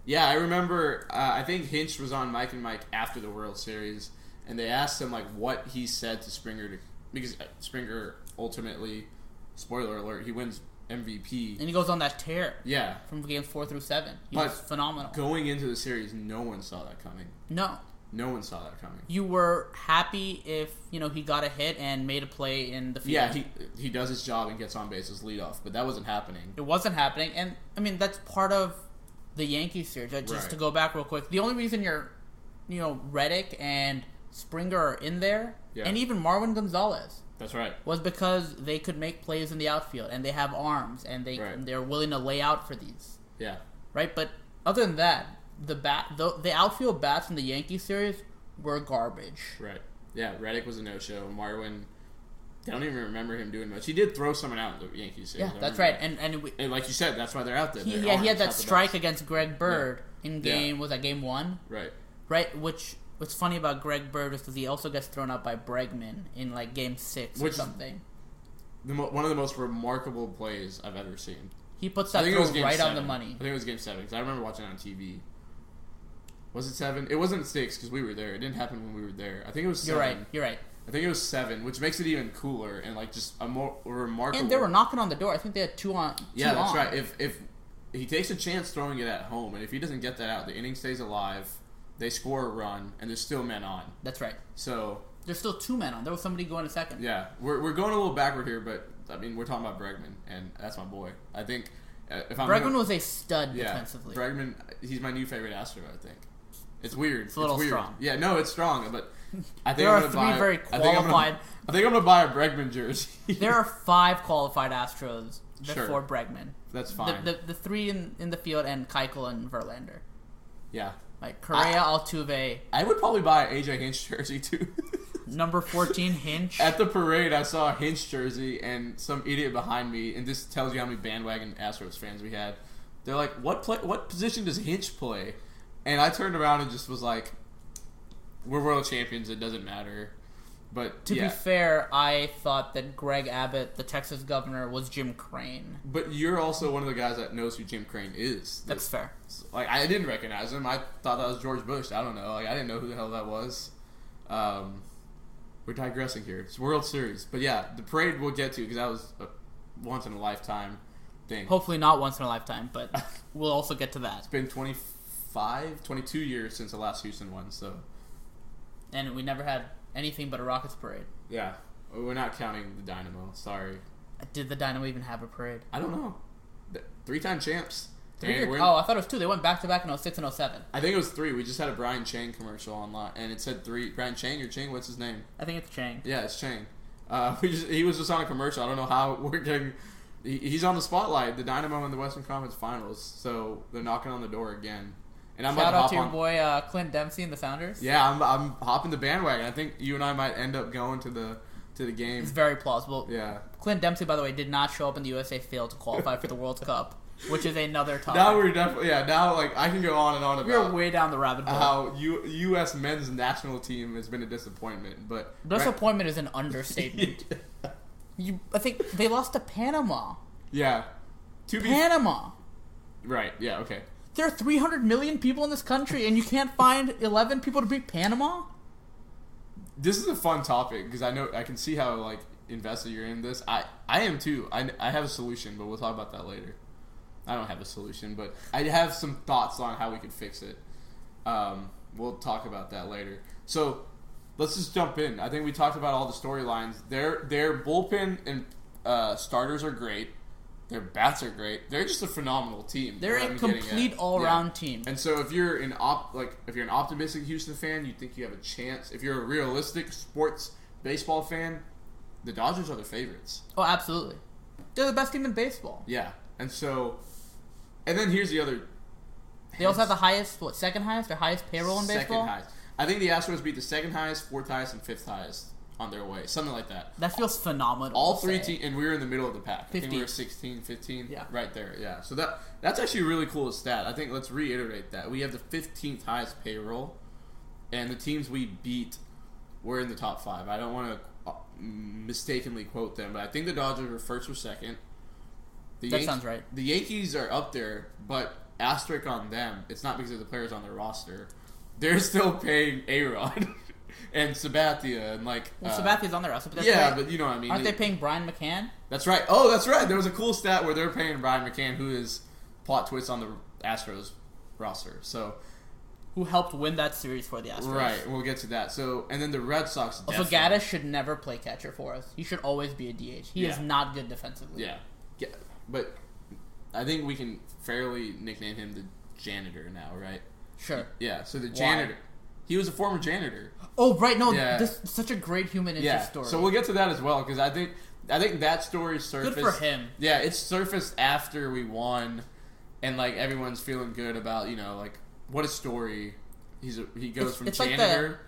Speaker 1: Yeah, I remember. Uh, I think Hinch was on Mike and Mike after the World Series, and they asked him like what he said to Springer to, because uh, Springer ultimately, spoiler alert, he wins MVP.
Speaker 3: And he goes on that tear
Speaker 1: Yeah,
Speaker 3: from games 4 through 7. He
Speaker 1: But
Speaker 3: was phenomenal.
Speaker 1: going into the series, no one saw that coming.
Speaker 3: no.
Speaker 1: No one saw that coming.
Speaker 3: You were happy if, you know, he got a hit and made a play in the field.
Speaker 1: Yeah, he he does his job and gets on base as leadoff, but that wasn't happening.
Speaker 3: it wasn't happening and i mean that's part of the yankees series Uh, just
Speaker 1: Right.
Speaker 3: to go back real quick the only reason you're you know reddick and springer are in there
Speaker 1: Yeah.
Speaker 3: and even marwin gonzalez
Speaker 1: That's right.
Speaker 3: was because they could make plays in the outfield and they have arms and they
Speaker 1: Right.
Speaker 3: they're willing to lay out for these,
Speaker 1: Yeah.
Speaker 3: right? But other than that, the bat the, the outfield bats in the Yankee series were garbage.
Speaker 1: Right. Yeah. Reddick was a no show. Marwin. I don't even remember him doing much. He did throw someone out in the Yankees. series.
Speaker 3: Yeah,
Speaker 1: I
Speaker 3: that's
Speaker 1: remember
Speaker 3: right.
Speaker 1: that.
Speaker 3: And and we,
Speaker 1: and like you said, that's why they're out there.
Speaker 3: he,
Speaker 1: Their
Speaker 3: yeah, he had
Speaker 1: arms,
Speaker 3: that
Speaker 1: not the
Speaker 3: strike
Speaker 1: bats.
Speaker 3: against Greg Bird in
Speaker 1: Yeah.
Speaker 3: game was that game one,
Speaker 1: Right.
Speaker 3: right? Which what's funny about Greg Bird is because he also gets thrown out by Bregman in like game six
Speaker 1: Which
Speaker 3: or
Speaker 1: is-
Speaker 3: something.
Speaker 1: The mo- one of the most remarkable plays I've ever seen.
Speaker 3: He puts
Speaker 1: I
Speaker 3: that
Speaker 1: think it
Speaker 3: throw
Speaker 1: was game
Speaker 3: right on
Speaker 1: seven.
Speaker 3: the money.
Speaker 1: I think it was game seven because I remember watching it on TV. Was it seven? It wasn't six because we were there. It didn't happen when we were there. I think it was.
Speaker 3: You're
Speaker 1: Seven.
Speaker 3: right. You're right.
Speaker 1: I think it was seven, which makes it even cooler and like just a more remarkable.
Speaker 3: And they were knocking on the door. I think they had two on. Two
Speaker 1: Yeah, that's
Speaker 3: on.
Speaker 1: right. If if he takes a chance throwing it at home, and if he doesn't get that out, the inning stays alive. They score a run, and there's still men on.
Speaker 3: That's right.
Speaker 1: So
Speaker 3: There's still two men on. There was somebody going a second.
Speaker 1: yeah, we're, we're going a little backward here, but I mean we're talking about Bregman, and that's my boy. I think uh, if I'm
Speaker 3: Bregman
Speaker 1: gonna-
Speaker 3: was a stud
Speaker 1: yeah,
Speaker 3: defensively.
Speaker 1: Bregman, he's my new favorite Astro. I think it's weird. It's
Speaker 3: a little
Speaker 1: weird.
Speaker 3: strong.
Speaker 1: Yeah, no, it's strong, but I think
Speaker 3: There
Speaker 1: I'm
Speaker 3: are
Speaker 1: gonna
Speaker 3: three
Speaker 1: buy-
Speaker 3: very
Speaker 1: I think I'm gonna-
Speaker 3: qualified-
Speaker 1: I think I'm gonna buy a Bregman jersey.
Speaker 3: there are five qualified Astros
Speaker 1: Sure.
Speaker 3: before Bregman.
Speaker 1: that's
Speaker 3: The,
Speaker 1: fine.
Speaker 3: the, the three in, in the field and Keuchel and Verlander.
Speaker 1: yeah,
Speaker 3: Like Correa, Altuve,
Speaker 1: I would probably buy an AJ Hinch jersey too.
Speaker 3: number 14, Hinch.
Speaker 1: At the parade, I saw a Hinch jersey and some idiot behind me, and this tells you how many bandwagon Astros fans we had. They're like, "What play? What position does Hinch play?" And I turned around and just was like, "We're world champions. It doesn't matter." But
Speaker 3: to
Speaker 1: yeah,
Speaker 3: be fair, I thought that Greg Abbott, the Texas governor, was Jim Crane.
Speaker 1: but you're also one of the guys that knows who Jim Crane is.
Speaker 3: That's fair.
Speaker 1: like I didn't recognize him. I thought that was George Bush. I don't know. Like I didn't know who the hell that was. Um, we're digressing here. It's World Series, but yeah, the parade we'll get to because that was a once in a lifetime thing.
Speaker 3: Hopefully not once in a lifetime, but we'll also get to that.
Speaker 1: It's been 25, 22 years since the last Houston one, so
Speaker 3: And we never had anything but a Rockets parade.
Speaker 1: yeah, we're not counting the Dynamo. Sorry,
Speaker 3: Did the Dynamo even have a parade?
Speaker 1: I don't know. Th- Three-time champs.
Speaker 3: Three
Speaker 1: And
Speaker 3: or-
Speaker 1: we're-
Speaker 3: oh, I thought it was two. They went back to back in 06 and 07.
Speaker 1: I think it was three. We just had a Brian Chang commercial online, and it said three. Brian Chang or Chang? What's his name?
Speaker 3: I think it's Chang.
Speaker 1: Yeah, it's Chang. Uh, we just, he was just on a commercial. I don't know how we're getting. He, he's on the spotlight. The Dynamo in the Western Conference Finals, so they're knocking on the door again. And I'm about
Speaker 3: Shout
Speaker 1: to
Speaker 3: out
Speaker 1: hop
Speaker 3: to your
Speaker 1: on.
Speaker 3: boy uh, Clint Dempsey and the Sounders.
Speaker 1: Yeah, I'm, I'm hopping the bandwagon. I think you and I might end up going to the to the game.
Speaker 3: It's very plausible.
Speaker 1: Yeah.
Speaker 3: Clint Dempsey, by the way, did not show up in the USA field to qualify for the World Cup, which is another topic.
Speaker 1: Now we're definitely yeah. Now like I can go on and on
Speaker 3: We are
Speaker 1: about
Speaker 3: way down the rabbit hole.
Speaker 1: how U, U.S. men's national team has been a disappointment, but
Speaker 3: Disappointment is an understatement. you, I think they lost to Panama.
Speaker 1: yeah. To be
Speaker 3: Panama.
Speaker 1: right, yeah, okay.
Speaker 3: There are 300 million people in this country, and you can't find 11 people to beat Panama.
Speaker 1: this is a fun topic because I know I can see how like invested you're in this. I I am too. I I have a solution, but we'll talk about that later. I don't have a solution, but I have some thoughts on how we could fix it. Um, we'll talk about that later. So let's just jump in. I think we talked about all the storylines. Their their bullpen and uh, starters are great. Their bats are great. They're just a phenomenal team.
Speaker 3: They're
Speaker 1: what
Speaker 3: a
Speaker 1: I'm getting at.
Speaker 3: complete
Speaker 1: Yeah.
Speaker 3: all-round team.
Speaker 1: And so if you're an op like if you're an optimistic Houston fan, you think you have a chance. If you're a realistic sports baseball fan, the Dodgers are the favorites.
Speaker 3: Oh, absolutely. They're the best team in baseball.
Speaker 1: Yeah. And so and then here's the other
Speaker 3: They also have the highest, what, second highest or highest payroll in
Speaker 1: second
Speaker 3: baseball?
Speaker 1: highest. I think the Astros beat the second highest, fourth highest, and fifth highest on their way. Something like that.
Speaker 3: That feels phenomenal.
Speaker 1: All
Speaker 3: to
Speaker 1: three
Speaker 3: say.
Speaker 1: teams, and we were in the middle of the pack. I think we
Speaker 3: 15.
Speaker 1: were 16, 15,
Speaker 3: Yeah.
Speaker 1: right there. Yeah. So that that's actually a really cool stat. I think let's reiterate that we have the 15th highest payroll, and the teams we beat were in the top five. I don't want to mistakenly quote them, but I think the Dodgers were first or second. The
Speaker 3: That sounds right.
Speaker 1: The Yankees are up there, but asterisk on them. It's not because of the players on their roster. They're still paying A Rod and Sabathia and like
Speaker 3: Well,
Speaker 1: uh,
Speaker 3: Sabathia's on the roster, but that's
Speaker 1: yeah,
Speaker 3: right.
Speaker 1: but you know what I mean.
Speaker 3: Aren't
Speaker 1: They-
Speaker 3: they paying Brian McCann?
Speaker 1: that's right. Oh, that's right. There was a cool stat where they're paying Brian McCann, who is plot twist on the Astros roster. So
Speaker 3: who helped win that series for the Astros. Oh,
Speaker 1: right, we'll get to that. So and then the Red Sox.
Speaker 3: Also,
Speaker 1: definitely-
Speaker 3: Gaddis should never play catcher for us. He should always be a DH. He is
Speaker 1: Yeah.
Speaker 3: not good defensively.
Speaker 1: Yeah. yeah, but I think we can fairly nickname him the janitor now, right?
Speaker 3: Sure.
Speaker 1: Yeah. So the janitor, He was a former janitor.
Speaker 3: Oh right, no,
Speaker 1: Yeah.
Speaker 3: this such a great human interest
Speaker 1: Yeah.
Speaker 3: story.
Speaker 1: So we'll get to that as well because I think I think that story surfaced.
Speaker 3: him.
Speaker 1: Yeah, it surfaced after we won, and like everyone's feeling good about you know like what a story. He's a, he goes
Speaker 3: It's-
Speaker 1: from
Speaker 3: it's like
Speaker 1: janitor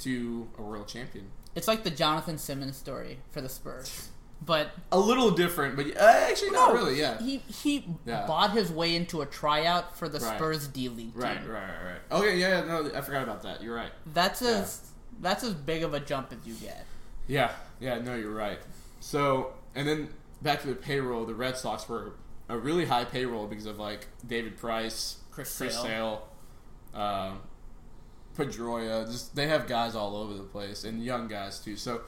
Speaker 1: to a world champion.
Speaker 3: it's like the Jonathan Simmons story for the Spurs, but
Speaker 1: A little different, but uh, actually not really. Yeah.
Speaker 3: he he
Speaker 1: Yeah.
Speaker 3: bought his way into a tryout for the
Speaker 1: Right.
Speaker 3: Spurs D League team.
Speaker 1: Right, right, right, right. Okay, yeah, yeah, no, I forgot about that. You're right.
Speaker 3: That's as that's as big of a jump as you get.
Speaker 1: Yeah, yeah, no, you're right. So, and then back to the payroll, the Red Sox were a really high payroll because of like David Price,
Speaker 3: Chris Sale.
Speaker 1: Sale, um, Pedroia. Just they have guys all over the place and young guys too. So,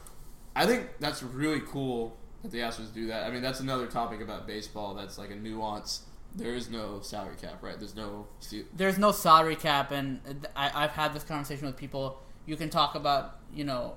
Speaker 1: I think that's really cool that the Astros do that. I mean, that's another topic about baseball that's like a nuance. There is no salary cap, right? There's no se-
Speaker 3: There's no salary cap, and th- I, I've had this conversation with people. You can talk about you know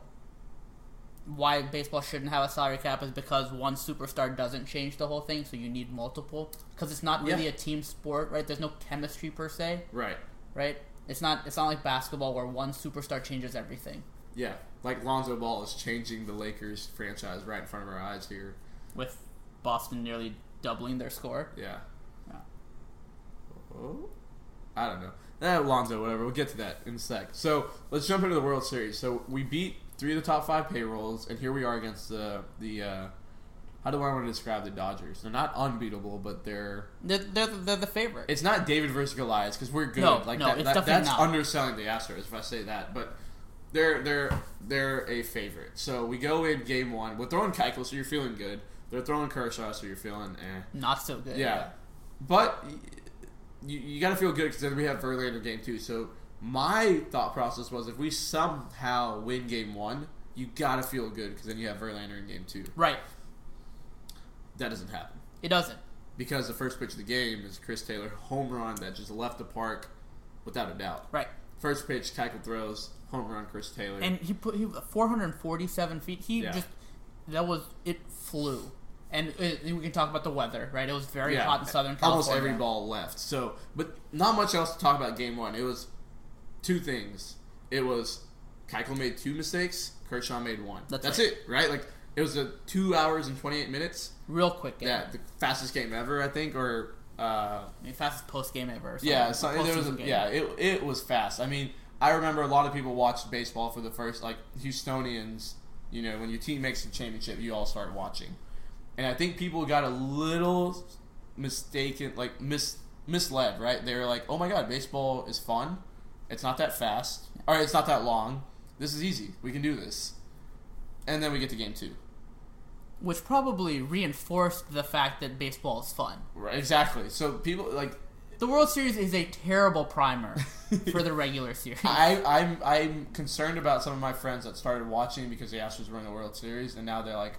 Speaker 3: why baseball shouldn't have a salary cap is because one superstar doesn't change the whole thing, so you need multiple because it's not really
Speaker 1: Yeah.
Speaker 3: a team sport, right? There's no chemistry per se.
Speaker 1: right.
Speaker 3: right? It's not it's not like basketball where one superstar changes everything
Speaker 1: Yeah, like Lonzo Ball is changing the Lakers franchise right in front of our eyes here.
Speaker 3: with Boston nearly doubling their score.
Speaker 1: Yeah.
Speaker 3: Yeah.
Speaker 1: Oh? I don't know. Eh, Lonzo, whatever. We'll get to that in a sec. So let's jump into the World Series. So we beat three of the top five payrolls, and here we are against the the. Uh, how do I want to describe the Dodgers? They're not unbeatable, but they're.
Speaker 3: They're, they're, they're the favorite.
Speaker 1: It's not David versus Goliath because we're good.
Speaker 3: No,
Speaker 1: like
Speaker 3: no,
Speaker 1: that,
Speaker 3: it's
Speaker 1: that-
Speaker 3: definitely
Speaker 1: that's
Speaker 3: not.
Speaker 1: underselling the Astros if I say that, but they're they're they're a favorite. So we go in game one. We're throwing Keuchel, so you're feeling good. They're throwing Kershaw, so you're feeling eh.
Speaker 3: not so good.
Speaker 1: Yeah. But y- you, you got to feel good because then we have Verlander game two. So my thought process was if we somehow win game one, you got to feel good because then you have Verlander in game two.
Speaker 3: Right.
Speaker 1: That doesn't happen
Speaker 3: It doesn't.
Speaker 1: because the first pitch of the game is Chris Taylor home run that just left the park without a doubt.
Speaker 3: Right.
Speaker 1: First pitch, Keuchel throws home run, Chris Taylor.
Speaker 3: And he put he 447 feet. He
Speaker 1: Yeah.
Speaker 3: just that was it flew. And it, we can talk about the weather, right? It was very hot in Southern California.
Speaker 1: Almost every ball left. So, but not much else to talk about game one. It was two things. It was Keuchel made two mistakes. Kershaw made one.
Speaker 3: That's
Speaker 1: That's,
Speaker 3: right.
Speaker 1: it, right? Like it was a two hours and twenty eight minutes.
Speaker 3: Real quick game.
Speaker 1: Yeah, the fastest game ever, I think, or uh,
Speaker 3: I mean, fastest post game ever. or
Speaker 1: yeah, so
Speaker 3: something.
Speaker 1: there was
Speaker 3: Postseason
Speaker 1: a,
Speaker 3: game.
Speaker 1: yeah, it, it was fast. I mean, I remember a lot of people watched baseball for the first like Houstonians. You know, when your team makes the championship, you all start watching, and I think people got a little mistaken, like mis misled. Right? They were like, "Oh my god, baseball is fun. It's not that fast, or it's not that long. This is easy. We can do this." And then we get to game two.
Speaker 3: Which probably reinforced the fact that baseball is fun.
Speaker 1: Right? Exactly. So people like
Speaker 3: The World Series is a terrible primer for the regular series.
Speaker 1: I, I'm I'm concerned about some of my friends that started watching because the Astros were in the World Series and now they're like,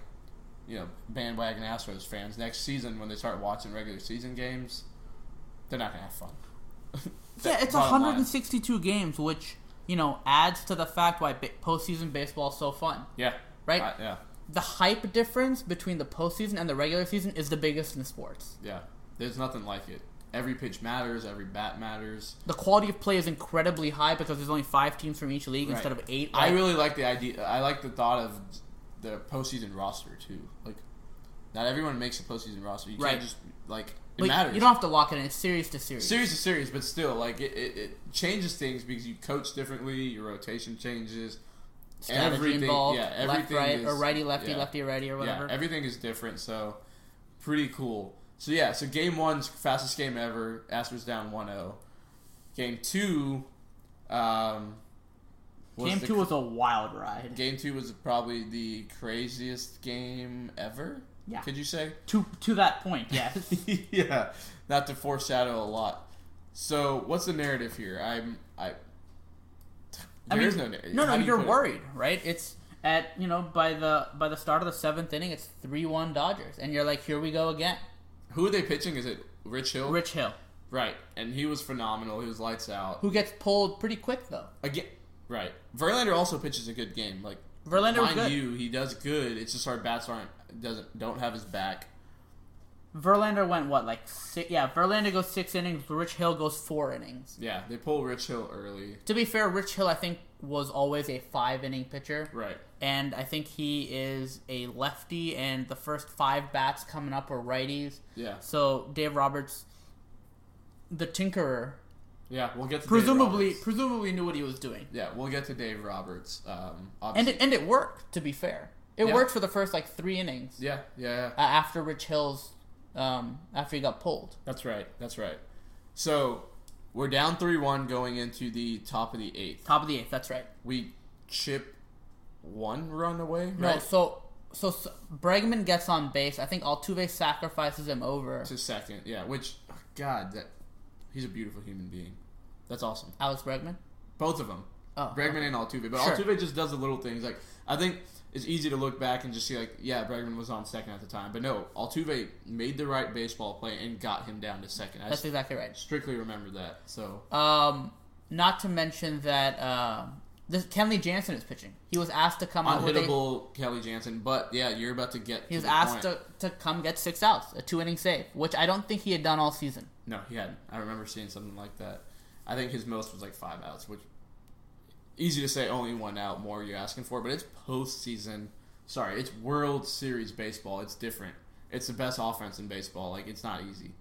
Speaker 1: you know, bandwagon Astros fans. Next season when they start watching regular season games, they're not gonna have fun.
Speaker 3: yeah, it's
Speaker 1: Bottom line.
Speaker 3: 162 games, which you know adds to the fact why ba- postseason baseball is so fun.
Speaker 1: Yeah.
Speaker 3: Right?
Speaker 1: I- yeah.
Speaker 3: The hype difference between the postseason and the regular season is the biggest in sports.
Speaker 1: Yeah. There's nothing like it. Every pitch matters. Every bat matters.
Speaker 3: The quality of play is incredibly high because there's only five teams from each league instead of
Speaker 1: Right.
Speaker 3: eight.
Speaker 1: I
Speaker 3: like-
Speaker 1: really like the idea. I like the thought of the postseason roster too. Like, not everyone makes a postseason roster. You
Speaker 3: Right.
Speaker 1: can't just like it
Speaker 3: like,
Speaker 1: matters.
Speaker 3: You don't have to lock it in. It's series to series.
Speaker 1: Series is series, but still, like it, it, it changes things because you coach differently. Your rotation changes.
Speaker 3: Strategy
Speaker 1: everything-
Speaker 3: involved.
Speaker 1: yeah,
Speaker 3: left,
Speaker 1: everything
Speaker 3: right,
Speaker 1: is-
Speaker 3: or righty, lefty,
Speaker 1: yeah.
Speaker 3: lefty, righty, or whatever.
Speaker 1: Yeah, everything is different. So pretty cool. So yeah, so game one's fastest game ever. Astros down 1-0. Game two, um, was
Speaker 3: Game
Speaker 1: the-
Speaker 3: two was a wild ride.
Speaker 1: game two was probably the craziest game ever.
Speaker 3: Yeah.
Speaker 1: could you say?
Speaker 3: To to that point, yes.
Speaker 1: yeah, not to foreshadow a lot. So, what's the narrative here? I'm I.
Speaker 3: I
Speaker 1: There's
Speaker 3: mean,
Speaker 1: no narrative.
Speaker 3: No,
Speaker 1: How do you
Speaker 3: you're
Speaker 1: put it?
Speaker 3: worried, right? It's at you know by the by the start of the seventh inning, it's three one Dodgers, and you're like, here we go again.
Speaker 1: Who are they pitching? Is it Rich Hill?
Speaker 3: Rich Hill,
Speaker 1: Right, and he was phenomenal. He was lights out.
Speaker 3: who gets pulled pretty quick though.
Speaker 1: Again, right. Verlander also pitches a good game. Like
Speaker 3: Verlander
Speaker 1: mind
Speaker 3: was good.
Speaker 1: you, he does good. It's just our bats aren't doesn't don't have his back.
Speaker 3: Verlander went what like six, yeah Verlander goes six innings. Rich Hill goes four innings.
Speaker 1: Yeah, they pull Rich Hill early.
Speaker 3: To be fair, Rich Hill I think was always a five inning pitcher,
Speaker 1: Right.
Speaker 3: and I think he is a lefty. And the first five bats coming up were righties.
Speaker 1: Yeah.
Speaker 3: So Dave Roberts, the tinkerer,
Speaker 1: Yeah, we'll get to
Speaker 3: presumably
Speaker 1: Dave Roberts.
Speaker 3: presumably knew what he was doing,
Speaker 1: yeah, we'll get to Dave Roberts. Um,
Speaker 3: and
Speaker 1: obviously.
Speaker 3: it, and it worked. To be fair, it
Speaker 1: Yeah.
Speaker 3: worked for the first like three innings
Speaker 1: yeah, yeah, yeah.
Speaker 3: uh, after Rich Hill's um, after he got pulled.
Speaker 1: That's right. That's right. So we're down three one going into the top of the eighth.
Speaker 3: Top of the eighth. That's right.
Speaker 1: We chip one run away. Right?
Speaker 3: No, so, so so Bregman gets on base. I think Altuve sacrifices him over.
Speaker 1: to second. Yeah, which God, that he's a beautiful human being. That's awesome.
Speaker 3: Alex Bregman.
Speaker 1: Both of them,
Speaker 3: Oh,
Speaker 1: Bregman and Altuve. But
Speaker 3: Sure.
Speaker 1: Altuve just does the little things. Like I think it's easy to look back and just see like, yeah, Bregman was on second at the time, but no, Altuve made the right baseball play and got him down to second. I
Speaker 3: That's
Speaker 1: s-
Speaker 3: exactly right.
Speaker 1: strictly remember that. So
Speaker 3: Um, not to mention that um, this Kenley Jansen is pitching. He was asked to come out with a,
Speaker 1: unhittable Kelly Jansen, but yeah, you're about to get.
Speaker 3: he
Speaker 1: to
Speaker 3: was
Speaker 1: the
Speaker 3: asked
Speaker 1: point.
Speaker 3: to, to come get six outs, a two inning save, which I don't think he had done all season.
Speaker 1: No, he hadn't. I remember seeing something like that. I think his most was like five outs, which easy to say only one out more you're asking for, but it's postseason. Sorry, it's World Series baseball. It's different. It's the best offense in baseball. Like it's not easy.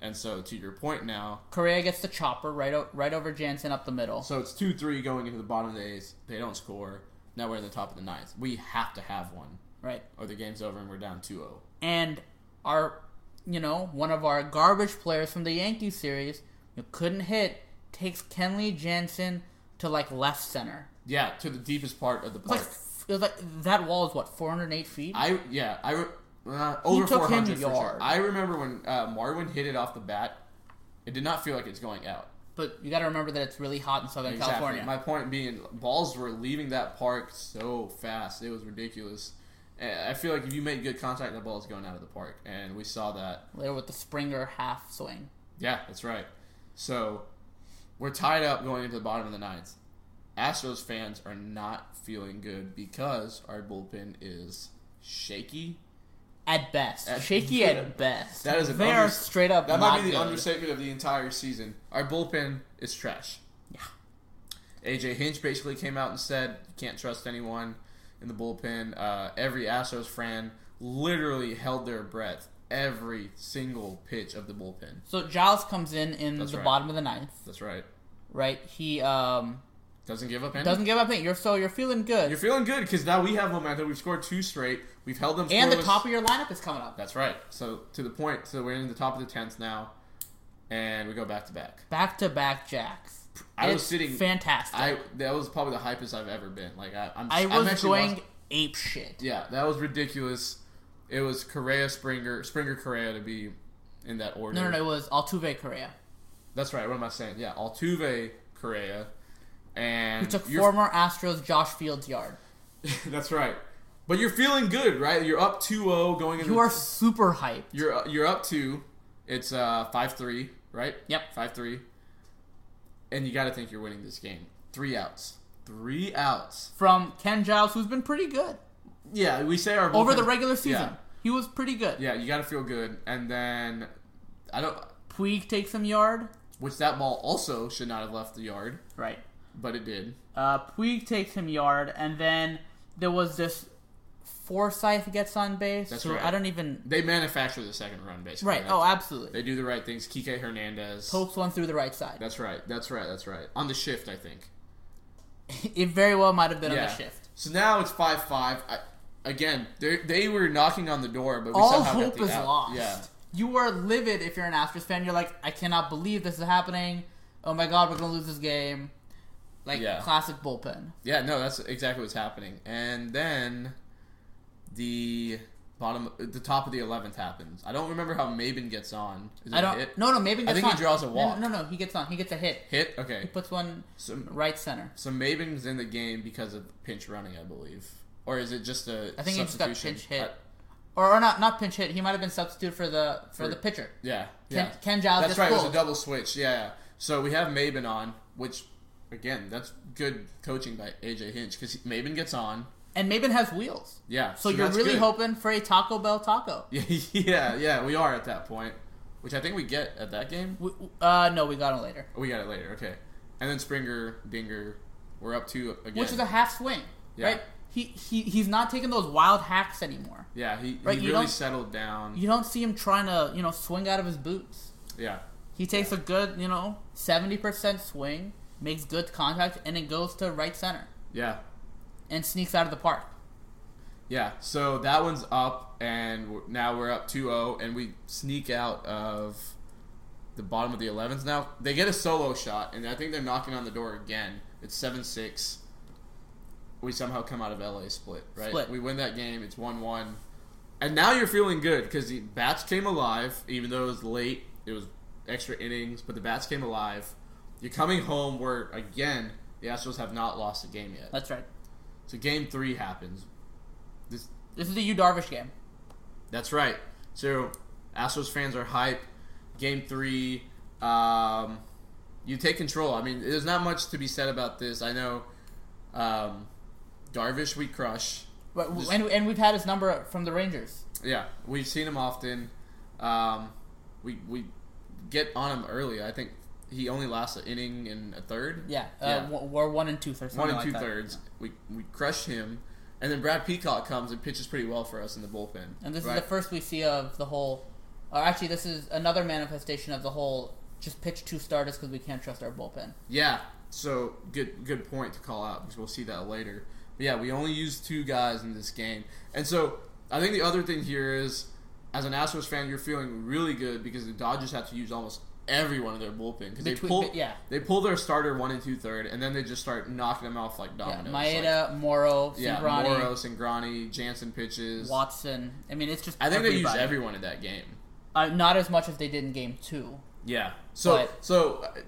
Speaker 1: And so to your point now,
Speaker 3: Correa gets the chopper right o- right over Jansen up the middle.
Speaker 1: so it's two three going into the bottom of the eighth. They don't score. Now we're in the top of the ninth. We have to have one,
Speaker 3: Right.
Speaker 1: or the game's over and we're down oh. 2-0.
Speaker 3: and our you know one of our garbage players from the Yankees series who couldn't hit takes Kenley Jansen to like left center.
Speaker 1: Yeah, to the deepest part of the
Speaker 3: It's like
Speaker 1: park.
Speaker 3: it was like that wall is what 408 feet.
Speaker 1: I yeah I re- uh, over
Speaker 3: took him
Speaker 1: 400 for sure.
Speaker 3: yard.
Speaker 1: I remember when uh, Marwin hit it off the bat. It did not feel like it's going out.
Speaker 3: but you got to remember that it's really hot in Southern California.
Speaker 1: My point being, balls were leaving that park so fast. It was ridiculous. And I feel like if you make good contact, the ball's going out of the park, and we saw that.
Speaker 3: Later with the Springer half swing.
Speaker 1: Yeah, that's right. So we're tied up going into the bottom of the ninth. Astros fans are not feeling good because our bullpen is shaky.
Speaker 3: At best,
Speaker 1: At-
Speaker 3: shaky at best.
Speaker 1: That is an
Speaker 3: they
Speaker 1: under-
Speaker 3: are straight up.
Speaker 1: That
Speaker 3: not
Speaker 1: might be the
Speaker 3: good.
Speaker 1: understatement of the entire season. Our bullpen is trash.
Speaker 3: Yeah.
Speaker 1: AJ Hinch basically came out and said, "You can't trust anyone in the bullpen." Uh, every Astros fan literally held their breath every single pitch of the bullpen.
Speaker 3: So Giles comes in in
Speaker 1: That's
Speaker 3: the
Speaker 1: right.
Speaker 3: bottom of the ninth,
Speaker 1: That's right.
Speaker 3: right? He um
Speaker 1: Doesn't give up any.
Speaker 3: doesn't give up. any- You're so you're feeling good.
Speaker 1: You're feeling good because now we have momentum. We've scored two straight. We've held them.
Speaker 3: and the
Speaker 1: scoreless-
Speaker 3: top of your lineup is coming up.
Speaker 1: That's right. So to the point. So we're in the top of the tenth now, and we go back to back.
Speaker 3: Back to back jacks.
Speaker 1: I was
Speaker 3: It's
Speaker 1: sitting-
Speaker 3: fantastic. I,
Speaker 1: I that was probably the hypest I've ever been. Like I, I'm. I'm
Speaker 3: was
Speaker 1: actually
Speaker 3: going
Speaker 1: lost-
Speaker 3: ape shit.
Speaker 1: Yeah, that was ridiculous. It was Correa Springer Springer Correa to be in that order.
Speaker 3: No, no, no, it was Altuve Correa.
Speaker 1: That's right. What am I saying? Yeah, Altuve Correa, and
Speaker 3: He took
Speaker 1: you're-
Speaker 3: former Astros Josh Fields yard.
Speaker 1: that's right. But you're feeling good, right? You're up 2-0 going into
Speaker 3: You are super hyped.
Speaker 1: you're uh, you're up two. It's uh five three, right?
Speaker 3: Yep.
Speaker 1: five three. And you got to think you're winning this game. Three outs. Three outs.
Speaker 3: From Ken Giles, who's been pretty good
Speaker 1: Yeah, we say our
Speaker 3: over
Speaker 1: bullpen-
Speaker 3: the regular season.
Speaker 1: Yeah.
Speaker 3: He was pretty good.
Speaker 1: Yeah, you got to feel good, and then I don't.
Speaker 3: Puig takes him yard.
Speaker 1: Which that ball also should not have left the yard,
Speaker 3: Right.
Speaker 1: but it did.
Speaker 3: Uh, Puig takes him yard, and then there was this Forsyth gets on base.
Speaker 1: That's
Speaker 3: who
Speaker 1: right.
Speaker 3: I don't even.
Speaker 1: They manufacture the second run basically.
Speaker 3: Right. Oh, absolutely.
Speaker 1: They do the right things. Kike Hernandez.
Speaker 3: Pokes one through the right side.
Speaker 1: That's right. That's right. That's right. On the shift, I think.
Speaker 3: It very well might have been
Speaker 1: yeah.
Speaker 3: on the shift.
Speaker 1: So now it's five five. I, again, they they were knocking on the door, but we
Speaker 3: all
Speaker 1: somehow got
Speaker 3: hope
Speaker 1: the
Speaker 3: is
Speaker 1: out.
Speaker 3: lost.
Speaker 1: Yeah.
Speaker 3: You are livid if you're an Astros fan. You're like, I cannot believe this is happening. Oh my god, we're gonna lose this game. Like
Speaker 1: Yeah.
Speaker 3: classic bullpen.
Speaker 1: Yeah. No, that's exactly what's happening. And then the bottom, the top of the eleventh happens. I don't remember how Maben gets on. Is it
Speaker 3: I don't.
Speaker 1: A hit?
Speaker 3: No, no, maybe gets
Speaker 1: I think he
Speaker 3: on.
Speaker 1: draws a walk.
Speaker 3: No, no, no, he gets on. He gets a hit.
Speaker 1: Hit. Okay.
Speaker 3: Puts one
Speaker 1: So
Speaker 3: right center.
Speaker 1: So Maven's in the game because of pinch running, I believe, or is it just a?
Speaker 3: I think he just got
Speaker 1: substitution?
Speaker 3: pinch hit,
Speaker 1: I-
Speaker 3: or, or not not pinch hit. He might have been substituted for the for,
Speaker 1: For-
Speaker 3: the pitcher.
Speaker 1: yeah,
Speaker 3: Ken,
Speaker 1: yeah.
Speaker 3: Ken Giles
Speaker 1: that's
Speaker 3: gets
Speaker 1: right. It was
Speaker 3: pulled.
Speaker 1: a double switch. Yeah, yeah. So we have Maben on, which again, that's good coaching by AJ Hinch because Maben gets on,
Speaker 3: and Maven has wheels.
Speaker 1: Yeah.
Speaker 3: So, you're
Speaker 1: that's
Speaker 3: really
Speaker 1: good.
Speaker 3: hoping for a Taco Bell taco.
Speaker 1: Yeah, yeah, yeah. We are at that point, which I think we get at that game.
Speaker 3: We, uh, no, we got him later,
Speaker 1: We got it later. Okay. And then Springer, Dinger, we're up to again.
Speaker 3: which is a half swing,
Speaker 1: Yeah.
Speaker 3: right? He, he he's not taking those wild hacks anymore.
Speaker 1: yeah. He,
Speaker 3: Right,
Speaker 1: he
Speaker 3: you
Speaker 1: really
Speaker 3: don't-
Speaker 1: settled down.
Speaker 3: You don't see him trying to you know swing out of his boots.
Speaker 1: yeah.
Speaker 3: He takes a good you know seventy percent swing, makes good contact, and it goes to right center
Speaker 1: Yeah.
Speaker 3: and sneaks out of the park.
Speaker 1: Yeah. So that one's up, and w- now we're up 2-0, and we sneak out of the bottom of the 11s. Now they get a solo shot, and I think they're knocking on the door again. It's seven six. We somehow come out of LA split, right?
Speaker 3: Split.
Speaker 1: We win that game. It's one one, and now you're feeling good because the bats came alive, even though it was late. It was extra innings, but the bats came alive. You're coming home where again the Astros have not lost a game yet.
Speaker 3: That's right.
Speaker 1: So game three happens. This
Speaker 3: This is the U Darvish game.
Speaker 1: that's right. So Astros fans are hype. Game three, um, you take control. I mean, there's not much to be said about this. I know um, Darvish we crush.
Speaker 3: But,
Speaker 1: This-
Speaker 3: and, and we've had his number from the Rangers.
Speaker 1: Yeah, we've seen him often. Um, we we get on him early. I think he only lasts an inning and a third.
Speaker 3: Yeah,
Speaker 1: Yeah.
Speaker 3: uh, w we're one and two thirds.
Speaker 1: one and
Speaker 3: something
Speaker 1: two
Speaker 3: like that.
Speaker 1: thirds. We we crush him, and then Brad Peacock comes and pitches pretty well for us in the bullpen.
Speaker 3: And this
Speaker 1: right?
Speaker 3: is the first we see of the whole. Or actually, this is another manifestation of the whole. Just pitch two starters because we can't trust our bullpen.
Speaker 1: Yeah. So good good point to call out because we'll see that later. But yeah, we only used two guys in this game. And so I think the other thing here is as an Astros fan, you're feeling really good because the Dodgers have to use almost every one of their bullpen because they
Speaker 3: Between-
Speaker 1: pull
Speaker 3: yeah.
Speaker 1: they pull their starter one and two third and then they just start knocking them off like
Speaker 3: Yeah,
Speaker 1: dominoes. Oh, Like,
Speaker 3: Maeda, Morrow,
Speaker 1: yeah,
Speaker 3: Cingrani,
Speaker 1: Moro, Singrani, Jansen pitches.
Speaker 3: Watson. I mean, it's just.
Speaker 1: I think they used
Speaker 3: everybody.
Speaker 1: everyone in that game.
Speaker 3: Uh, not as much as they did in game two.
Speaker 1: Yeah. So
Speaker 3: But-
Speaker 1: so uh,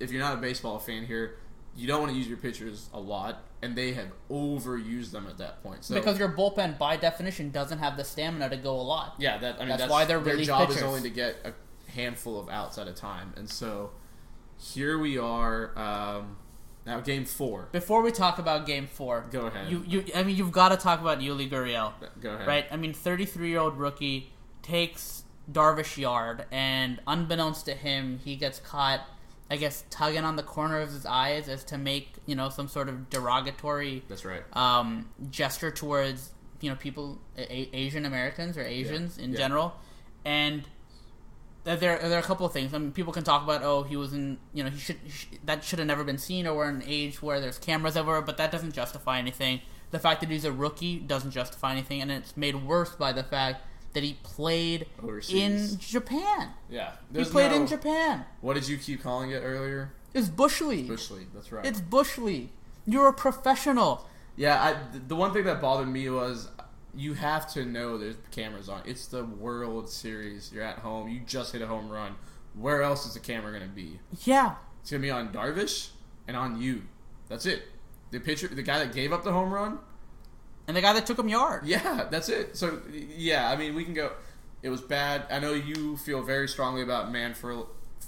Speaker 1: if you're not a baseball fan here, you don't want to use your pitchers a lot, and they have overused them at that point. So
Speaker 3: Because your bullpen, by definition, doesn't have the stamina to go a lot.
Speaker 1: yeah, that I mean
Speaker 3: That's
Speaker 1: that's,
Speaker 3: why they're
Speaker 1: their
Speaker 3: relief
Speaker 1: job is
Speaker 3: pitchers.
Speaker 1: only to get a handful of outs at a time, and so here we are um, now game four.
Speaker 3: Before we talk about game four,
Speaker 1: Go ahead. Uh,
Speaker 3: You, you, I mean, you've got to talk about Yuli Gurriel.
Speaker 1: Go ahead.
Speaker 3: right? I mean, 33 year old rookie takes Darvish Yard, and unbeknownst to him, he gets caught, I guess, tugging on the corner of his eyes as to make, you know, some sort of derogatory
Speaker 1: That's right.
Speaker 3: um, gesture towards, you know, people, a- Asian Americans or Asians in
Speaker 1: yeah.
Speaker 3: general. And th- there, there are a couple of things. I mean, people can talk about, oh, he was in, you know, he should, he sh- that should have never been seen, or we're in an age where there's cameras everywhere, but that doesn't justify anything. The fact that he's a rookie doesn't justify anything, and it's made worse by the fact that he played
Speaker 1: Overseas.
Speaker 3: in Japan.
Speaker 1: yeah.
Speaker 3: he
Speaker 1: There's
Speaker 3: played
Speaker 1: no-
Speaker 3: in Japan.
Speaker 1: What did you keep calling it earlier?
Speaker 3: It's bush league.
Speaker 1: Bush league. That's right.
Speaker 3: It's bush league. You're a professional.
Speaker 1: Yeah, I, th- the one thing that bothered me was you have to know there's cameras on. It's the World Series. You're at home. You just hit a home run. Where else is the camera going to be?
Speaker 3: Yeah.
Speaker 1: It's going to be on Darvish and on you. That's it. The pitcher, the guy that gave up the home run.
Speaker 3: And the guy that took him yard.
Speaker 1: Yeah, that's it. So y- yeah, I mean we can go. It was bad. I know you feel very strongly about Manfred.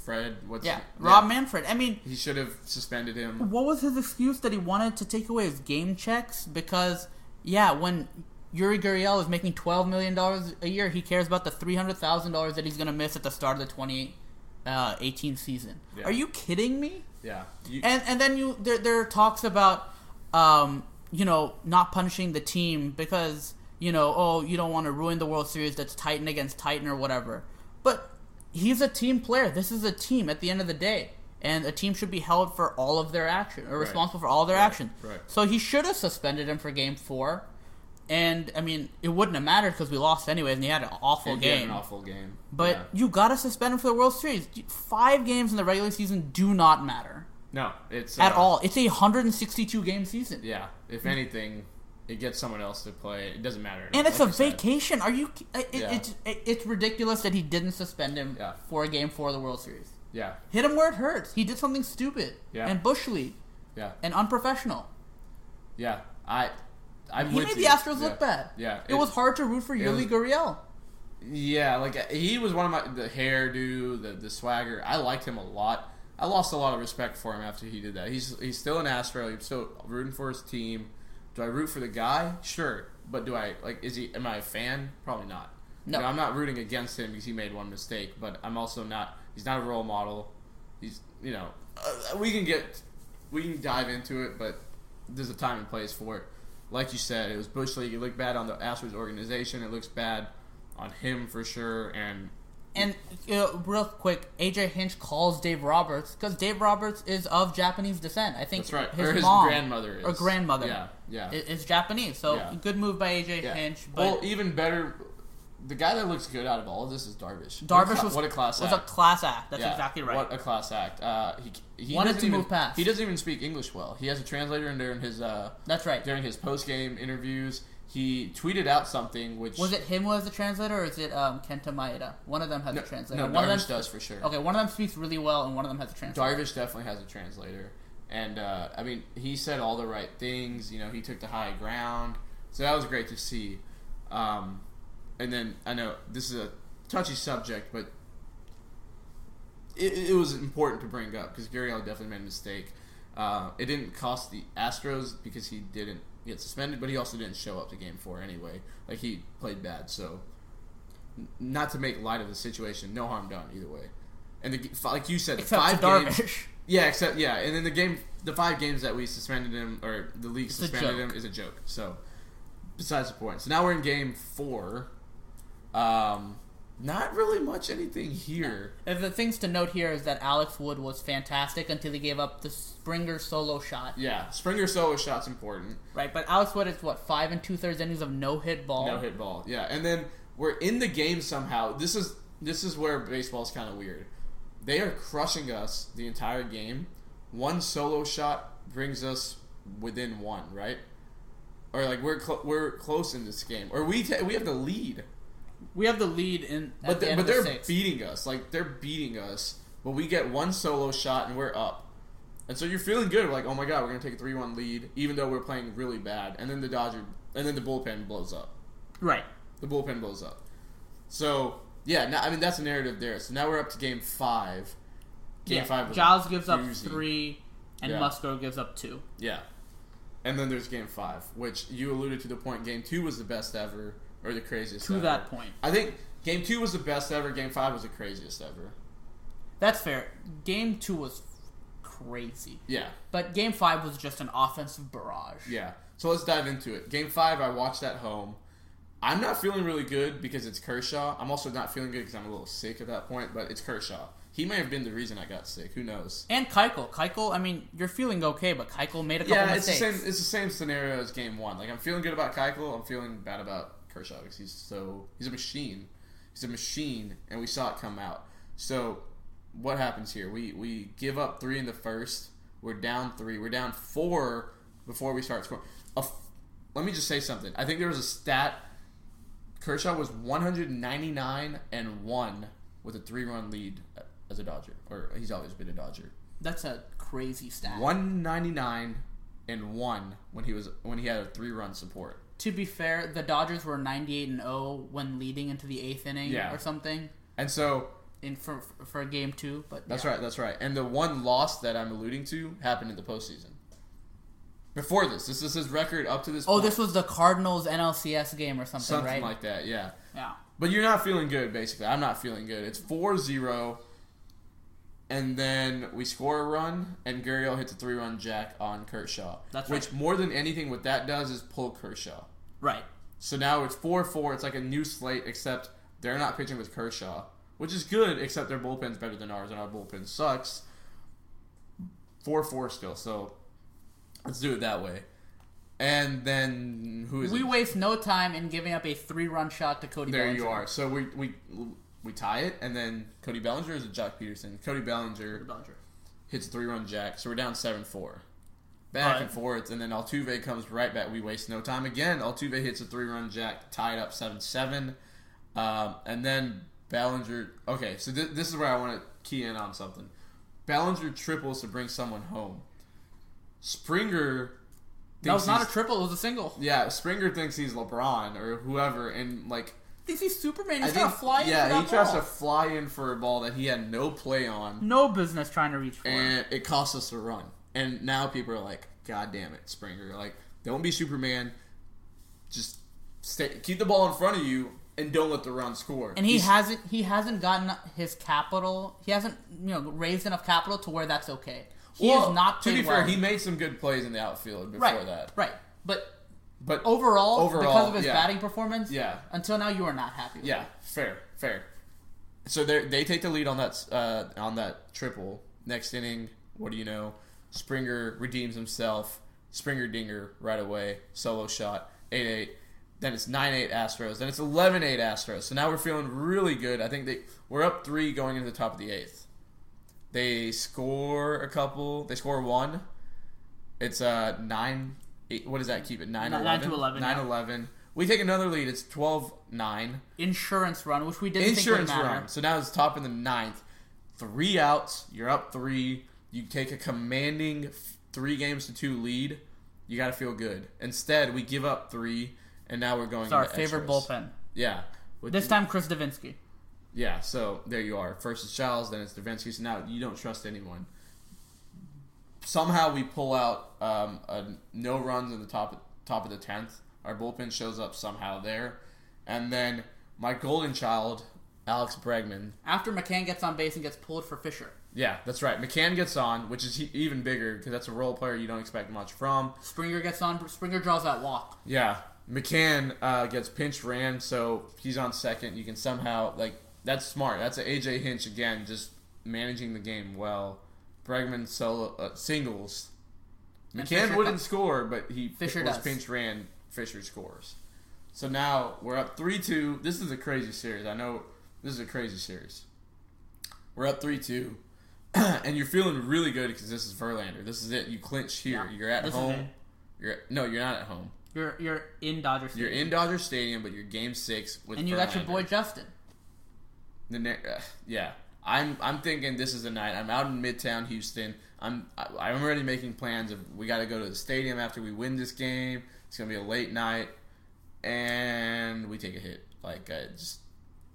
Speaker 1: Fred, what's
Speaker 3: Yeah,
Speaker 1: his-
Speaker 3: Rob Manfred. I mean,
Speaker 1: He should have suspended him.
Speaker 3: what was his excuse that he wanted to take away his game checks? Because, yeah, when Yuri Gurriel is making $12 million a year, he cares about the $300,000 that he's going to miss at the start of the 2018 season.
Speaker 1: Yeah.
Speaker 3: Are you kidding me?
Speaker 1: Yeah. You-
Speaker 3: And, and then you there, there are talks about, um, you know, not punishing the team because, you know, oh, you don't want to ruin the World Series that's Titan against Titan or whatever. But he's a team player. This is a team at the end of the day. And a team should be held for all of their action or responsible for all their action.
Speaker 1: right.
Speaker 3: So he should have suspended him for game four. And, I mean, it wouldn't have mattered because we lost anyways and he had an awful
Speaker 1: he had
Speaker 3: game.
Speaker 1: An awful game.
Speaker 3: But
Speaker 1: Yeah.
Speaker 3: you got to suspend him for the World Series. Five games in the regular season do not matter
Speaker 1: no, it's
Speaker 3: at
Speaker 1: uh,
Speaker 3: all. It's a 162 game season.
Speaker 1: Yeah, if anything, it gets someone else to play. It doesn't matter.
Speaker 3: Mm. And it's
Speaker 1: Like
Speaker 3: a
Speaker 1: you said.
Speaker 3: vacation. Are you? It, it,
Speaker 1: Yeah.
Speaker 3: it's- it, it's ridiculous that he didn't suspend him
Speaker 1: Yeah.
Speaker 3: for a game four of the World Series.
Speaker 1: Yeah,
Speaker 3: Hit him where it hurts. He did something stupid
Speaker 1: Yeah.
Speaker 3: and bush league
Speaker 1: yeah,
Speaker 3: and unprofessional.
Speaker 1: yeah. I, I'm
Speaker 3: He
Speaker 1: with
Speaker 3: made
Speaker 1: you.
Speaker 3: the Astros
Speaker 1: Yeah.
Speaker 3: look bad.
Speaker 1: Yeah,
Speaker 3: it, was hard to root for Yuli
Speaker 1: was-
Speaker 3: Gurriel.
Speaker 1: Yeah, like uh, he was one of my the hairdo, the the swagger. I liked him a lot. I lost a lot of respect for him after he did that. He's he's still an Astro. He's still rooting for his team. do I root for the guy? Sure, but do I like? Is he? Am I a fan? Probably not.
Speaker 3: No.
Speaker 1: You know, I'm not rooting against him because he made one mistake. But I'm also not. He's not a role model. He's you know. Uh, we can get we can dive into it, but there's a time and place for it. Like you said, it was Bush League. It looked bad on the Astros organization. It looks bad on him for sure. And
Speaker 3: And uh, real quick, AJ Hinch calls Dave Roberts because Dave Roberts is of Japanese descent. I think
Speaker 1: That's right.
Speaker 3: his,
Speaker 1: Or his
Speaker 3: mom
Speaker 1: grandmother is.
Speaker 3: or grandmother.
Speaker 1: Yeah, yeah.
Speaker 3: i- is Japanese. So
Speaker 1: Yeah.
Speaker 3: good move by AJ
Speaker 1: yeah.
Speaker 3: Hinch. But
Speaker 1: well, even better, the guy that looks good out of all of this is Darvish. What a
Speaker 3: Darvish
Speaker 1: cla-
Speaker 3: was
Speaker 1: what a class
Speaker 3: was
Speaker 1: act.
Speaker 3: a class act. That's
Speaker 1: Yeah,
Speaker 3: exactly right.
Speaker 1: What a class act. Uh, he he
Speaker 3: Wanted
Speaker 1: doesn't
Speaker 3: to
Speaker 1: even,
Speaker 3: move past.
Speaker 1: He doesn't even speak English well. He has a translator, and during his uh,
Speaker 3: That's right.
Speaker 1: during his post game interviews, he tweeted out something which
Speaker 3: Was it him who has the translator, or is it um, Kenta Maeda? One of them has
Speaker 1: no,
Speaker 3: a translator.
Speaker 1: no,
Speaker 3: one of
Speaker 1: Darvish
Speaker 3: them,
Speaker 1: does for sure.
Speaker 3: Okay, one of them speaks really well, and one of them has a translator.
Speaker 1: Darvish definitely has a translator, and uh, I mean, he said all the right things. You know, he took the high ground, so that was great to see. Um, and then I know this is a touchy subject, but it, it was important to bring up because Guriel definitely made a mistake. Uh, it didn't cost the Astros because he didn't get suspended, but he also didn't show up to game four anyway. Like he played bad, so n- not to make light of the situation, no harm done either way. And the, g- fi- like you said, the
Speaker 3: Except
Speaker 1: five
Speaker 3: to
Speaker 1: games,
Speaker 3: Darvish.
Speaker 1: yeah, except yeah, and then the game, the five games that we suspended him or the league
Speaker 3: a
Speaker 1: suspended
Speaker 3: joke.
Speaker 1: him is a joke. So besides the point, so now we're in game four. Um, not really much anything here.
Speaker 3: Uh, The things to note here is that Alex Wood was fantastic until he gave up the Springer solo shot.
Speaker 1: Yeah, Springer solo shot's important.
Speaker 3: Right, but Alex Wood is what five and two thirds innings of no hit ball.
Speaker 1: No hit ball. Yeah, and then we're in the game somehow. This is this is where baseball's kind of weird. They are crushing us the entire game. One solo shot brings us within one, right? Or like we're cl- we're close in this game, or we ta we have the lead,
Speaker 3: We have the lead in at
Speaker 1: but
Speaker 3: the
Speaker 1: they,
Speaker 3: end
Speaker 1: but
Speaker 3: of the
Speaker 1: they're
Speaker 3: sixth.
Speaker 1: beating us. Like they're beating us, but we get one solo shot and we're up. And so you're feeling good, like oh my god, we're gonna take a three-one lead, even though we're playing really bad. And then the Dodger, and then the bullpen blows up
Speaker 3: right.
Speaker 1: the bullpen blows up. So yeah, now, I mean that's a narrative there. So now we're up to game five. Game
Speaker 3: yeah.
Speaker 1: five. was a
Speaker 3: Giles gives up
Speaker 1: doozy.
Speaker 3: three, and
Speaker 1: Yeah.
Speaker 3: Musgrove gives up two.
Speaker 1: Yeah, and then there's game five, which you alluded to the point. Game two was the best ever, or the craziest.
Speaker 3: To
Speaker 1: ever.
Speaker 3: that point.
Speaker 1: I think game two was the best ever. Game five was the craziest ever.
Speaker 3: That's fair. Game two was crazy,
Speaker 1: Yeah,
Speaker 3: but game five was just an offensive barrage.
Speaker 1: yeah. So let's dive into it. Game five, I watched at home. I'm not feeling really good because it's Kershaw. I'm also not feeling good because I'm a little sick at that point, but it's Kershaw. He may have been the reason I got sick. Who knows?
Speaker 3: And Keuchel, Keuchel. I mean, you're feeling okay, but Keuchel made a couple
Speaker 1: Yeah, it's the
Speaker 3: mistakes.
Speaker 1: same. It's the same scenario as game one. Like I'm feeling good about Keuchel. I'm feeling bad about Kershaw because he's so he's a machine. He's a machine, and we saw it come out. So what happens here? We we give up three in the first. We're down three. We're down four before we start scoring. A f- let me just say something. I think there was a stat. Kershaw was 199 and one with a three-run lead as a Dodger, or he's always been a Dodger.
Speaker 3: That's a crazy stat.
Speaker 1: 199 and 1 when he was when he had a 3 run support.
Speaker 3: To be fair, the Dodgers were 98 and 0 when leading into the eighth inning
Speaker 1: Yeah.
Speaker 3: or something
Speaker 1: And so
Speaker 3: in for for game two. But
Speaker 1: that's
Speaker 3: yeah.
Speaker 1: right, that's right. And the one loss that I'm alluding to happened in the postseason. Before this, this is his record up to this
Speaker 3: Oh,
Speaker 1: point.
Speaker 3: this was the Cardinals NLCS game or something,
Speaker 1: something
Speaker 3: right?
Speaker 1: like that, yeah.
Speaker 3: yeah.
Speaker 1: But you're not feeling good basically. I'm not feeling good. It's 4-0 and then we score a run and Gurriel hits a 3 run jack on Kershaw.
Speaker 3: That's
Speaker 1: which
Speaker 3: right.
Speaker 1: more than anything what that does is pull Kershaw.
Speaker 3: Right.
Speaker 1: So now it's 4 4. It's like a new slate, except they're not pitching with Kershaw, which is good, except their bullpen's better than ours, and our bullpen sucks. 4 4 still, so let's do it that way. And then who is
Speaker 3: We
Speaker 1: it?
Speaker 3: waste no time in giving up a three-run shot to Cody.
Speaker 1: There
Speaker 3: Bellinger.
Speaker 1: you are. So we, we, we tie it, and then Cody Bellinger is a Jock Peterson. Cody Bellinger
Speaker 3: Bellinger.
Speaker 1: hits a three run jack, so we're down 7 4. Back
Speaker 3: Alright.
Speaker 1: and forth, and then Altuve comes right back. We waste no time again. Altuve hits a three run jack, tied up 7 7. Um, and then Ballinger. Okay, so th- this is where I want to key in on something. Ballinger triples to bring someone home. Springer.
Speaker 3: That was
Speaker 1: thinks
Speaker 3: not a
Speaker 1: he's-
Speaker 3: triple. It was a single.
Speaker 1: Yeah, Springer thinks he's LeBron or whoever, and like
Speaker 3: This is Superman. He's
Speaker 1: I
Speaker 3: trying to
Speaker 1: think-
Speaker 3: fly into
Speaker 1: yeah,
Speaker 3: that
Speaker 1: he tries
Speaker 3: ball.
Speaker 1: to fly in for a ball that he had no play on
Speaker 3: no business trying to reach for. it.
Speaker 1: and it cost us a run. And now people are like, God damn it, Springer. Like, don't be Superman. Just stay, keep the ball in front of you and don't let the run score.
Speaker 3: And he
Speaker 1: He's-
Speaker 3: hasn't he hasn't gotten his capital. He hasn't you know raised enough capital to where that's okay. He
Speaker 1: Well,
Speaker 3: is not
Speaker 1: To be
Speaker 3: played well.
Speaker 1: fair, he made some good plays in the outfield before
Speaker 3: right
Speaker 1: that.
Speaker 3: right. But
Speaker 1: But
Speaker 3: overall, because of his
Speaker 1: yeah.
Speaker 3: batting performance,
Speaker 1: Yeah.
Speaker 3: Until now, you are not happy. With
Speaker 1: Yeah,
Speaker 3: him.
Speaker 1: fair, fair. So they they take the lead on that uh, on that triple. Next inning, what do you know? Springer redeems himself. Springer dinger right away. Solo shot. Eight eight. Then it's nine eight Astros. Then it's 11-8 Astros. So now we're feeling really good. I think they we're up three going into the top of the eighth. They score a couple. They score one. It's uh nine. Eight, what does that keep it? Nine,
Speaker 3: Nine-
Speaker 1: 11?
Speaker 3: nine to 11, yeah.
Speaker 1: 9 11. We take another lead. It's 12 9
Speaker 3: Insurance run, which we didn't
Speaker 1: insurance
Speaker 3: think would matter.
Speaker 1: run. So now it's top in the ninth. Three outs. You're up three. You take a commanding f- three games to two lead. You got to feel good. Instead, we give up three, and now we're going.
Speaker 3: It's our
Speaker 1: into
Speaker 3: favorite
Speaker 1: extras.
Speaker 3: bullpen.
Speaker 1: Yeah. With-
Speaker 3: This time, Chris Davinsky.
Speaker 1: Yeah. So there you are. First is Childs, then it's Davinsky. So now you don't trust anyone. Somehow we pull out um, a no runs in the top top of the tenth. Our bullpen shows up somehow there, and then my golden child, Alex Bregman,
Speaker 3: After McCann gets on base and gets pulled for Fisher,
Speaker 1: Yeah, that's right. McCann gets on, which is he- even bigger because that's a role player you don't expect much from.
Speaker 3: Springer gets on. Springer draws that walk.
Speaker 1: Yeah, McCann uh, gets pinch ran, so he's on second. You can somehow like that's smart. That's a AJ Hinch again, just managing the game well. Bregman solo uh, singles.
Speaker 3: And
Speaker 1: McCann
Speaker 3: Fisher
Speaker 1: wouldn't
Speaker 3: co-
Speaker 1: score, but he
Speaker 3: Fisher
Speaker 1: was
Speaker 3: does.
Speaker 1: pinch ran. Fisher scores. So now we're up three two. This is a crazy series. I know this is a crazy series. We're up three two, and you're feeling really good because this is Verlander. This is it. You clinch here.
Speaker 3: Yeah,
Speaker 1: You're at
Speaker 3: this is
Speaker 1: home.
Speaker 3: it.
Speaker 1: You're no, you're not at home.
Speaker 3: You're you're in Dodger Stadium.
Speaker 1: You're in Dodger Stadium, but you're Game Six with
Speaker 3: and you got your
Speaker 1: Verlander.
Speaker 3: boy Justin.
Speaker 1: The ne- uh, yeah, I'm I'm thinking this is the night. I'm out in Midtown Houston. I'm I, I'm already making plans of we got to go to the stadium after we win this game. It's gonna be a late night, and we take a hit. Like uh, just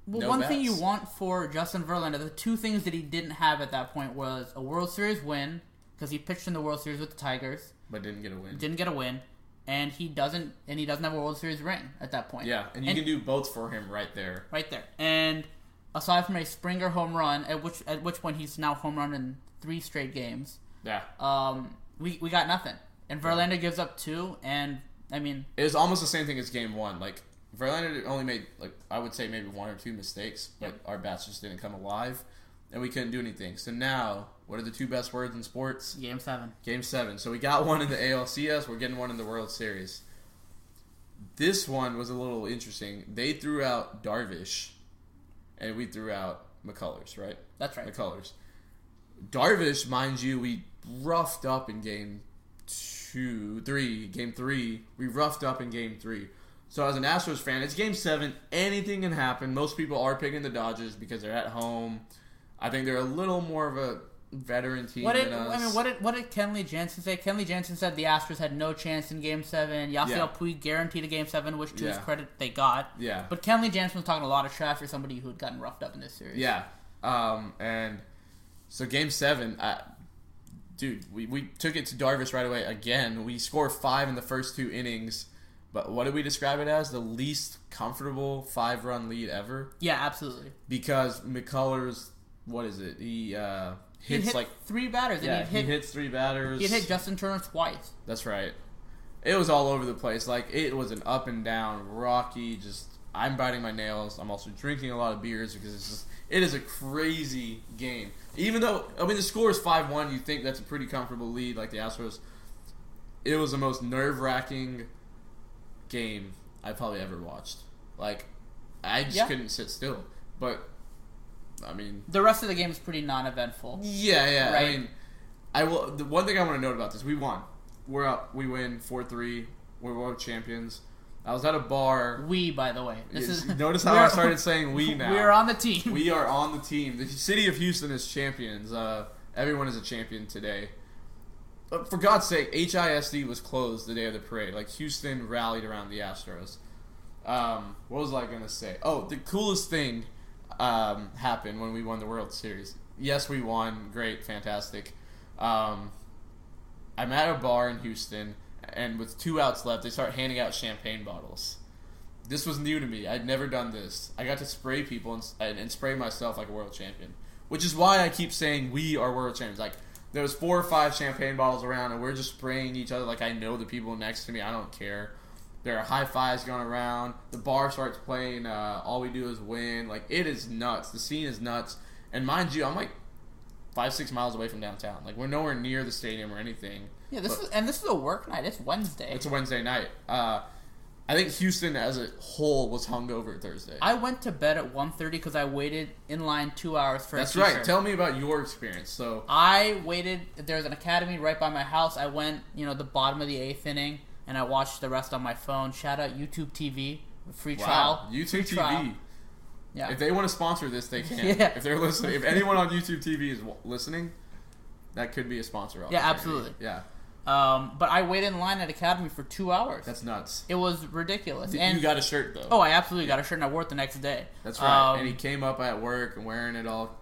Speaker 3: Well,
Speaker 1: No
Speaker 3: one thing you
Speaker 1: bats.
Speaker 3: want for Justin Verlander, the two things that he didn't have at that point was a World Series win because he pitched in the World Series with the Tigers,
Speaker 1: but didn't get a win.
Speaker 3: didn't get a win, and he doesn't and he doesn't have a World Series ring at that point.
Speaker 1: yeah, and you can do both for him right there.
Speaker 3: right there. And aside from a Springer home run, at which at which point he's now home run in three straight games,
Speaker 1: Yeah,
Speaker 3: um, we we got nothing. And Verlander gives up two, and I mean,
Speaker 1: it was almost the same thing as Game One. Like Verlander only made like I would say maybe one or two mistakes, but our bats just didn't come alive, and we couldn't do anything. So now, what are the two best words in sports?
Speaker 3: game seven.
Speaker 1: Game seven. So we got one in the ALCS. We're getting one in the World Series. This one was a little interesting. They threw out Darvish, and we threw out McCullers, right?
Speaker 3: That's right.
Speaker 1: McCullers. Darvish, mind you, we roughed up in game two, three, game three. We roughed up in game three. So as an Astros fan, it's game seven. Anything can happen. Most people are picking the Dodgers because they're at home. I think they're a little more of a veteran team
Speaker 3: What did
Speaker 1: than us.
Speaker 3: I mean? What did what did Kenley Jansen say? Kenley Jansen said the Astros had no chance in Game Seven. Yasiel
Speaker 1: Yeah.
Speaker 3: Puig guaranteed a Game Seven, which to his
Speaker 1: Yeah.
Speaker 3: credit they got.
Speaker 1: Yeah.
Speaker 3: But Kenley Jansen was talking a lot of trash for somebody who had gotten roughed up in this series.
Speaker 1: Yeah. Um, and so game seven, I, dude, we, we took it to Darvish right away again. We score five in the first two innings, but what did we describe it as? The least comfortable five run lead ever
Speaker 3: Yeah, absolutely.
Speaker 1: because McCullers, what is it? He uh,
Speaker 3: He
Speaker 1: hits
Speaker 3: hit
Speaker 1: like
Speaker 3: three batters,
Speaker 1: yeah,
Speaker 3: and he hit
Speaker 1: he hits three batters.
Speaker 3: he hit Justin Turner twice.
Speaker 1: That's right. It was all over the place. Like it was an up and down, rocky. Just I'm biting my nails. I'm also drinking a lot of beers because it's just it is a crazy game. Even though I mean the score is five one, you think that's a pretty comfortable lead. Like the Astros, it was the most nerve wracking game I probably ever watched. Like I just
Speaker 3: Yeah.
Speaker 1: couldn't sit still. But I mean,
Speaker 3: The rest of the game is pretty non-eventful.
Speaker 1: yeah, yeah. I
Speaker 3: Right.
Speaker 1: mean, I will. The one thing I want to note about this: we won. We're up. We win four three. We're world champions. I was at a bar.
Speaker 3: We, by the way, this
Speaker 1: Yes,
Speaker 3: is
Speaker 1: notice how
Speaker 3: we're-
Speaker 1: I started saying we now.
Speaker 3: We're on the team.
Speaker 1: We are on the team. The city of Houston is champions. Uh, everyone is a champion today. But for God's sake, HISD was closed the day of the parade. Like Houston rallied around the Astros. Um, what was I gonna say? Oh, the coolest thing um, happened when we won the World Series. Yes, we won. Great, fantastic. Um, I'm at a bar in Houston, and with two outs left, they start handing out champagne bottles. This was new to me. I'd never done this. I got to spray people and, and, and spray myself like a world champion, which is why I keep saying we are world champions. Like there was four or five champagne bottles around, and we're just spraying each other like I know the people next to me. I don't care. There are high fives going around. The bar starts playing. Uh, all we do is win. Like it is nuts. The scene is nuts. And mind you, I'm like five six miles away from downtown. Like we're nowhere near the stadium or anything.
Speaker 3: Yeah, this is and this is a work night. It's Wednesday.
Speaker 1: It's a Wednesday night. Uh, I think Houston as a whole was hungover Thursday.
Speaker 3: I went to bed at 1.30 because I waited in line two hours for
Speaker 1: That's
Speaker 3: a t-shirt.
Speaker 1: right. Tell me about your experience. So
Speaker 3: I waited. There's an academy right by my house. I went, you know, the bottom of the eighth inning, and I watched the rest on my phone. Shout out YouTube TV, free
Speaker 1: wow,
Speaker 3: trial.
Speaker 1: YouTube
Speaker 3: Free trial.
Speaker 1: TV.
Speaker 3: Yeah.
Speaker 1: If they want to sponsor this, they can.
Speaker 3: Yeah.
Speaker 1: If they're listening, if anyone on YouTube TV is w- listening, that could be a sponsor. opportunity.
Speaker 3: absolutely.
Speaker 1: Yeah,
Speaker 3: um, but I waited in line at academy for two hours.
Speaker 1: that's nuts.
Speaker 3: it was ridiculous.
Speaker 1: You-
Speaker 3: and
Speaker 1: you got a shirt though.
Speaker 3: oh, I absolutely got a shirt, and I wore it the next day.
Speaker 1: that's right.
Speaker 3: Um,
Speaker 1: and he came up at work and wearing it all.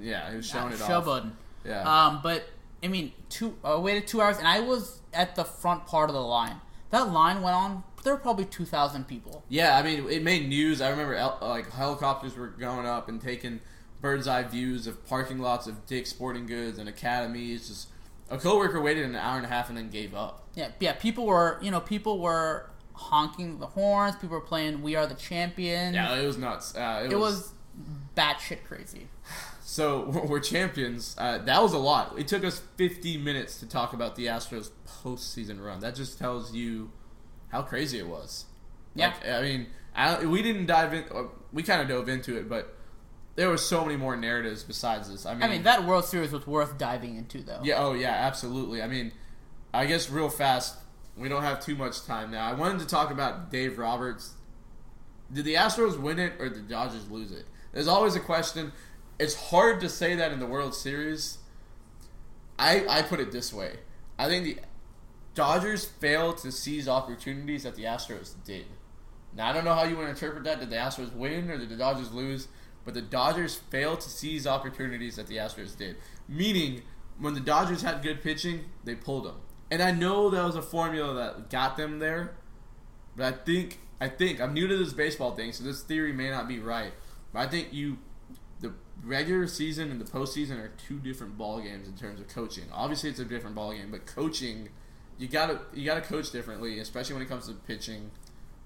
Speaker 1: Yeah, he was showing it off.
Speaker 3: showboating.
Speaker 1: Yeah.
Speaker 3: Um, but I mean, two. I waited two hours, and I was at the front part of the line. That line went on. There were probably two thousand people.
Speaker 1: Yeah, I mean, it made news. I remember el- like helicopters were going up and taking bird's eye views of parking lots of Dick's Sporting Goods and academies. Just a coworker waited an hour and a half and then gave up.
Speaker 3: Yeah, yeah. People were, you know, people were honking the horns. People were playing "We Are the Champions."
Speaker 1: Yeah, it was nuts. Uh, it,
Speaker 3: it
Speaker 1: was,
Speaker 3: was batshit crazy.
Speaker 1: so we're- we're champions. Uh, that was a lot. It took us 50 minutes to talk about the Astros postseason run. That just tells you how crazy it was.
Speaker 3: Yeah.
Speaker 1: Like, I mean, I, we didn't dive in. uh, We kind of dove into it, but there were so many more narratives besides this.
Speaker 3: I mean, that World Series was worth diving into, though.
Speaker 1: Mm. Yeah. Oh, yeah. Absolutely. I mean, I guess real fast. We don't have too much time now. I wanted to talk about Dave Roberts. Did the Astros win it or did the Dodgers lose it? There's always a question. It's hard to say that in the World Series. I I put it this way. I think the Dodgers failed to seize opportunities that the Astros did. Now I don't know how you want to interpret that. Did the Astros win or did the Dodgers lose? But the Dodgers failed to seize opportunities that the Astros did. Meaning, when the Dodgers had good pitching, they pulled them. And I know that was a formula that got them there. But I think I think I'm new to this baseball thing, so this theory may not be right. But I think you the regular season and the postseason are two different ball games in terms of coaching. Obviously, it's a different ball game, but coaching you gotta you gotta coach differently, especially when it comes to pitching.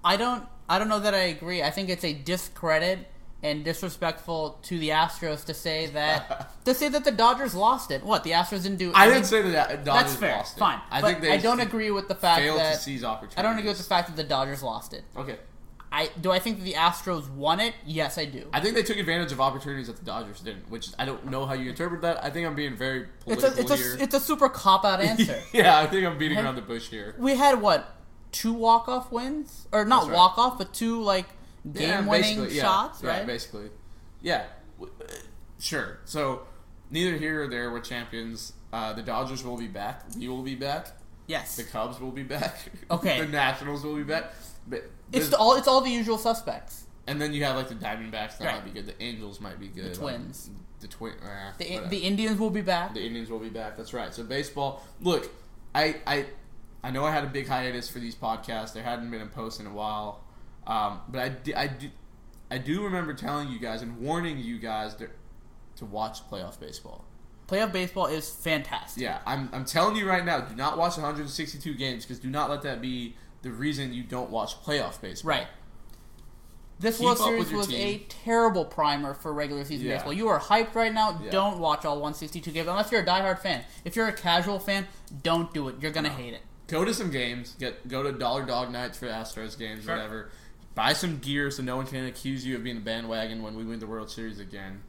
Speaker 3: I don't. I don't know that I agree. I think it's a discredit and disrespectful to the Astros to say that to say that the Dodgers lost it. What the Astros didn't do.
Speaker 1: I
Speaker 3: think-
Speaker 1: didn't say that the Dodgers
Speaker 3: That's fair.
Speaker 1: lost it.
Speaker 3: Fine.
Speaker 1: I
Speaker 3: But
Speaker 1: think they
Speaker 3: I don't agree with the fact
Speaker 1: failed
Speaker 3: that
Speaker 1: to seize opportunities.
Speaker 3: I don't agree with the fact that the Dodgers lost it.
Speaker 1: Okay.
Speaker 3: I do. I think the Astros won it. Yes, I do.
Speaker 1: I think they took advantage of opportunities that the Dodgers didn't, which I don't know how you interpret that. I think I'm being very
Speaker 3: it's
Speaker 1: political
Speaker 3: a it's
Speaker 1: here.
Speaker 3: a it's a super cop out answer.
Speaker 1: yeah, I think I'm beating around the bush here.
Speaker 3: we had what two walk off wins or not
Speaker 1: That's right.
Speaker 3: walk off, but two like game
Speaker 1: Yeah,
Speaker 3: winning
Speaker 1: basically, yeah.
Speaker 3: shots,
Speaker 1: Yeah,
Speaker 3: right?
Speaker 1: basically. Yeah. W- uh, Sure. So, neither here or there, we're champions. Uh, the Dodgers will be back. We will be back.
Speaker 3: yes.
Speaker 1: The Cubs will be back.
Speaker 3: Okay.
Speaker 1: the Nationals will be back. But
Speaker 3: it's
Speaker 1: there's-
Speaker 3: the, all it's all the usual suspects.
Speaker 1: and then you have like the Diamondbacks that
Speaker 3: Right.
Speaker 1: might be good. The Angels might be good. um,
Speaker 3: Twins.
Speaker 1: the twin. Uh,
Speaker 3: The the Indians will be back.
Speaker 1: the Indians will be back. That's right. So baseball. Look, I I I know I had a big hiatus for these podcasts. There hadn't been a post in a while, um, but I di- I do I do remember telling you guys and warning you guys to, to watch playoff baseball.
Speaker 3: Playoff baseball is fantastic.
Speaker 1: Yeah, I'm I'm telling you right now. Do not watch 162 games because do not let that be the reason you don't watch playoff baseball.
Speaker 3: Right. This
Speaker 1: Keep
Speaker 3: World
Speaker 1: up with
Speaker 3: Series
Speaker 1: your
Speaker 3: was
Speaker 1: team.
Speaker 3: a terrible primer for regular season
Speaker 1: Yeah.
Speaker 3: baseball. You are hyped right now.
Speaker 1: Yeah.
Speaker 3: Don't watch all 162 games unless you're a diehard fan. If you're a casual fan, don't do it. You're gonna hate it.
Speaker 1: Go to some games. Get go to Dollar Dog Nights for Astros games,
Speaker 3: Sure.
Speaker 1: whatever. Buy some gear so no one can accuse you of being a bandwagon when we win the World Series again.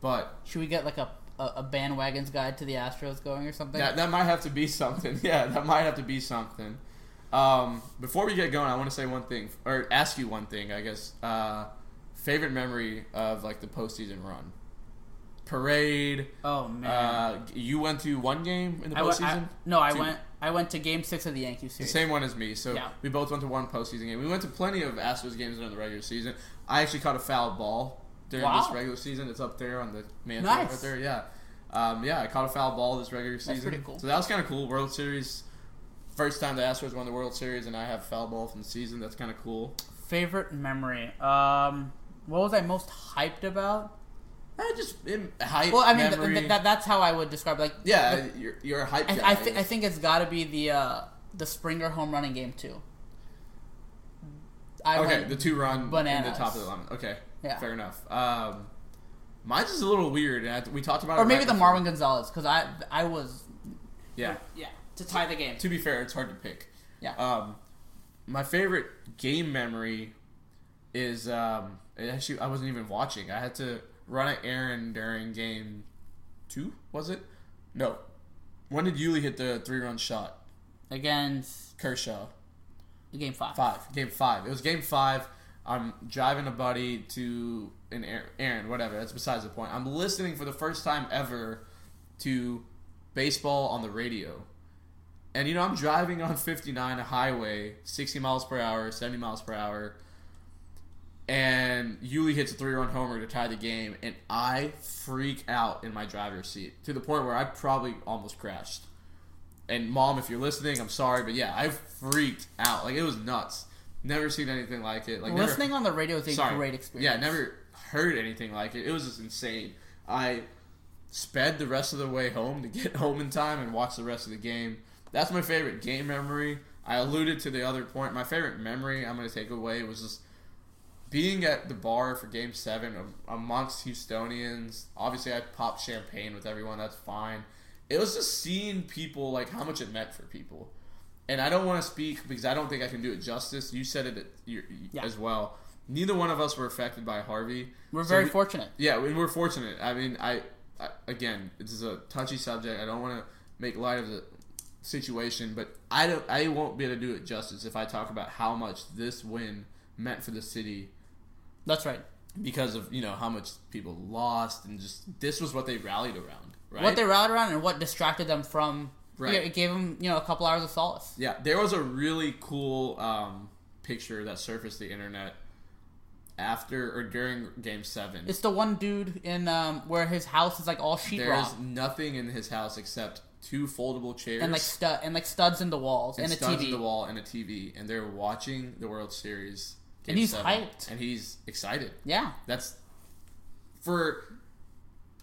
Speaker 1: But
Speaker 3: Should we get like a a, a bandwagon's guide to the Astros going or something?
Speaker 1: That, that might have to be something. Yeah, that might have to be something. Um, before we get going, I want to say one thing, or ask you one thing, I guess. Uh, favorite memory of like the postseason run, parade.
Speaker 3: oh man.
Speaker 1: Uh, you went to one game in the
Speaker 3: I went-
Speaker 1: postseason.
Speaker 3: I- no, I
Speaker 1: Two.
Speaker 3: went. I went to Game Six of the Yankees
Speaker 1: The
Speaker 3: series.
Speaker 1: same one as me. So
Speaker 3: Yeah.
Speaker 1: we both went to one postseason game. We went to plenty of Astros games during the regular season. I actually caught a foul ball during
Speaker 3: Wow.
Speaker 1: this regular season. It's up there on the mantle
Speaker 3: Nice.
Speaker 1: right there. Yeah. Um, yeah, I caught a foul ball this regular season.
Speaker 3: pretty cool.
Speaker 1: So that was kind of cool. World Series, first time the Astros won the World Series, and I have foul ball from the season. That's kind of cool.
Speaker 3: Favorite memory. Um, what was I most hyped about?
Speaker 1: I just in, hype
Speaker 3: Well, I mean,
Speaker 1: memory.
Speaker 3: th- th- that that's how I would describe. Like,
Speaker 1: yeah, you're, you're a hype.
Speaker 3: I,
Speaker 1: guy.
Speaker 3: I, th- I think it's got to be the uh, the Springer home running game too. I
Speaker 1: Okay,
Speaker 3: went-
Speaker 1: the two run in the
Speaker 3: bananas.
Speaker 1: top of the line. Okay,
Speaker 3: Yeah.
Speaker 1: fair enough. Um, mine's is a little weird, and I, we talked about it.
Speaker 3: or maybe
Speaker 1: right
Speaker 3: the
Speaker 1: before.
Speaker 3: Marwin Gonzalez because I I was
Speaker 1: Yeah.
Speaker 3: yeah to tie the game.
Speaker 1: To be fair, it's hard to pick.
Speaker 3: Yeah,
Speaker 1: Um, my favorite game memory is um, it actually I wasn't even watching. I had to run an errand during game two. Was it? No. When did Yuli hit the three run shot?
Speaker 3: against
Speaker 1: Kershaw.
Speaker 3: the game five.
Speaker 1: Five. Game five. It was game five. I'm driving a buddy to an er- errand, whatever. That's besides the point. I'm listening for the first time ever to baseball on the radio. And, you know, I'm driving on 59 a highway, 60 miles per hour, 70 miles per hour. And Yuli hits a three run homer to tie the game. And I freak out in my driver's seat to the point where I probably almost crashed and mom, if you're listening, I'm sorry, but yeah, I freaked out. Like it was nuts. Never seen anything like it. Like never-
Speaker 3: Listening on the radio is a
Speaker 1: sorry,
Speaker 3: great experience.
Speaker 1: Yeah, never heard anything like it. It was just insane. I sped the rest of the way home to get home in time and watch the rest of the game. That's my favorite game memory. I alluded to the other point. My favorite memory I'm going to take away was just being at the bar for Game Seven am- amongst Houstonians. Obviously, I popped champagne with everyone. That's fine. It was just seeing people like how much it meant for people. And I don't want to speak because I don't think I can do it justice. You said it at- you-
Speaker 3: Yeah.
Speaker 1: as well. Neither one of us were affected by Harvey.
Speaker 3: we're
Speaker 1: So
Speaker 3: very
Speaker 1: we-
Speaker 3: fortunate.
Speaker 1: yeah, we- we're fortunate. I mean, I, I again, this is a touchy subject. I don't want to make light of the situation, but I don't. I won't be able to do it justice if I talk about how much this win meant for the city
Speaker 3: That's right.
Speaker 1: because of you know how much people lost and just this was what they rallied around. Right?
Speaker 3: What they rallied around and what distracted them from.
Speaker 1: Right.
Speaker 3: Yeah, it gave them you know a couple hours of solace.
Speaker 1: Yeah, there was a really cool um, picture that surfaced the internet after or during Game Seven.
Speaker 3: It's the one dude in um, where his house is like all sheetrock
Speaker 1: There's nothing in his house except two foldable chairs
Speaker 3: and like stud and like studs in the walls and,
Speaker 1: and
Speaker 3: a
Speaker 1: studs
Speaker 3: TV.
Speaker 1: in the wall and a TV, and they're watching the World Series. Game
Speaker 3: And he's
Speaker 1: seven,
Speaker 3: hyped.
Speaker 1: and he's excited.
Speaker 3: Yeah,
Speaker 1: That's for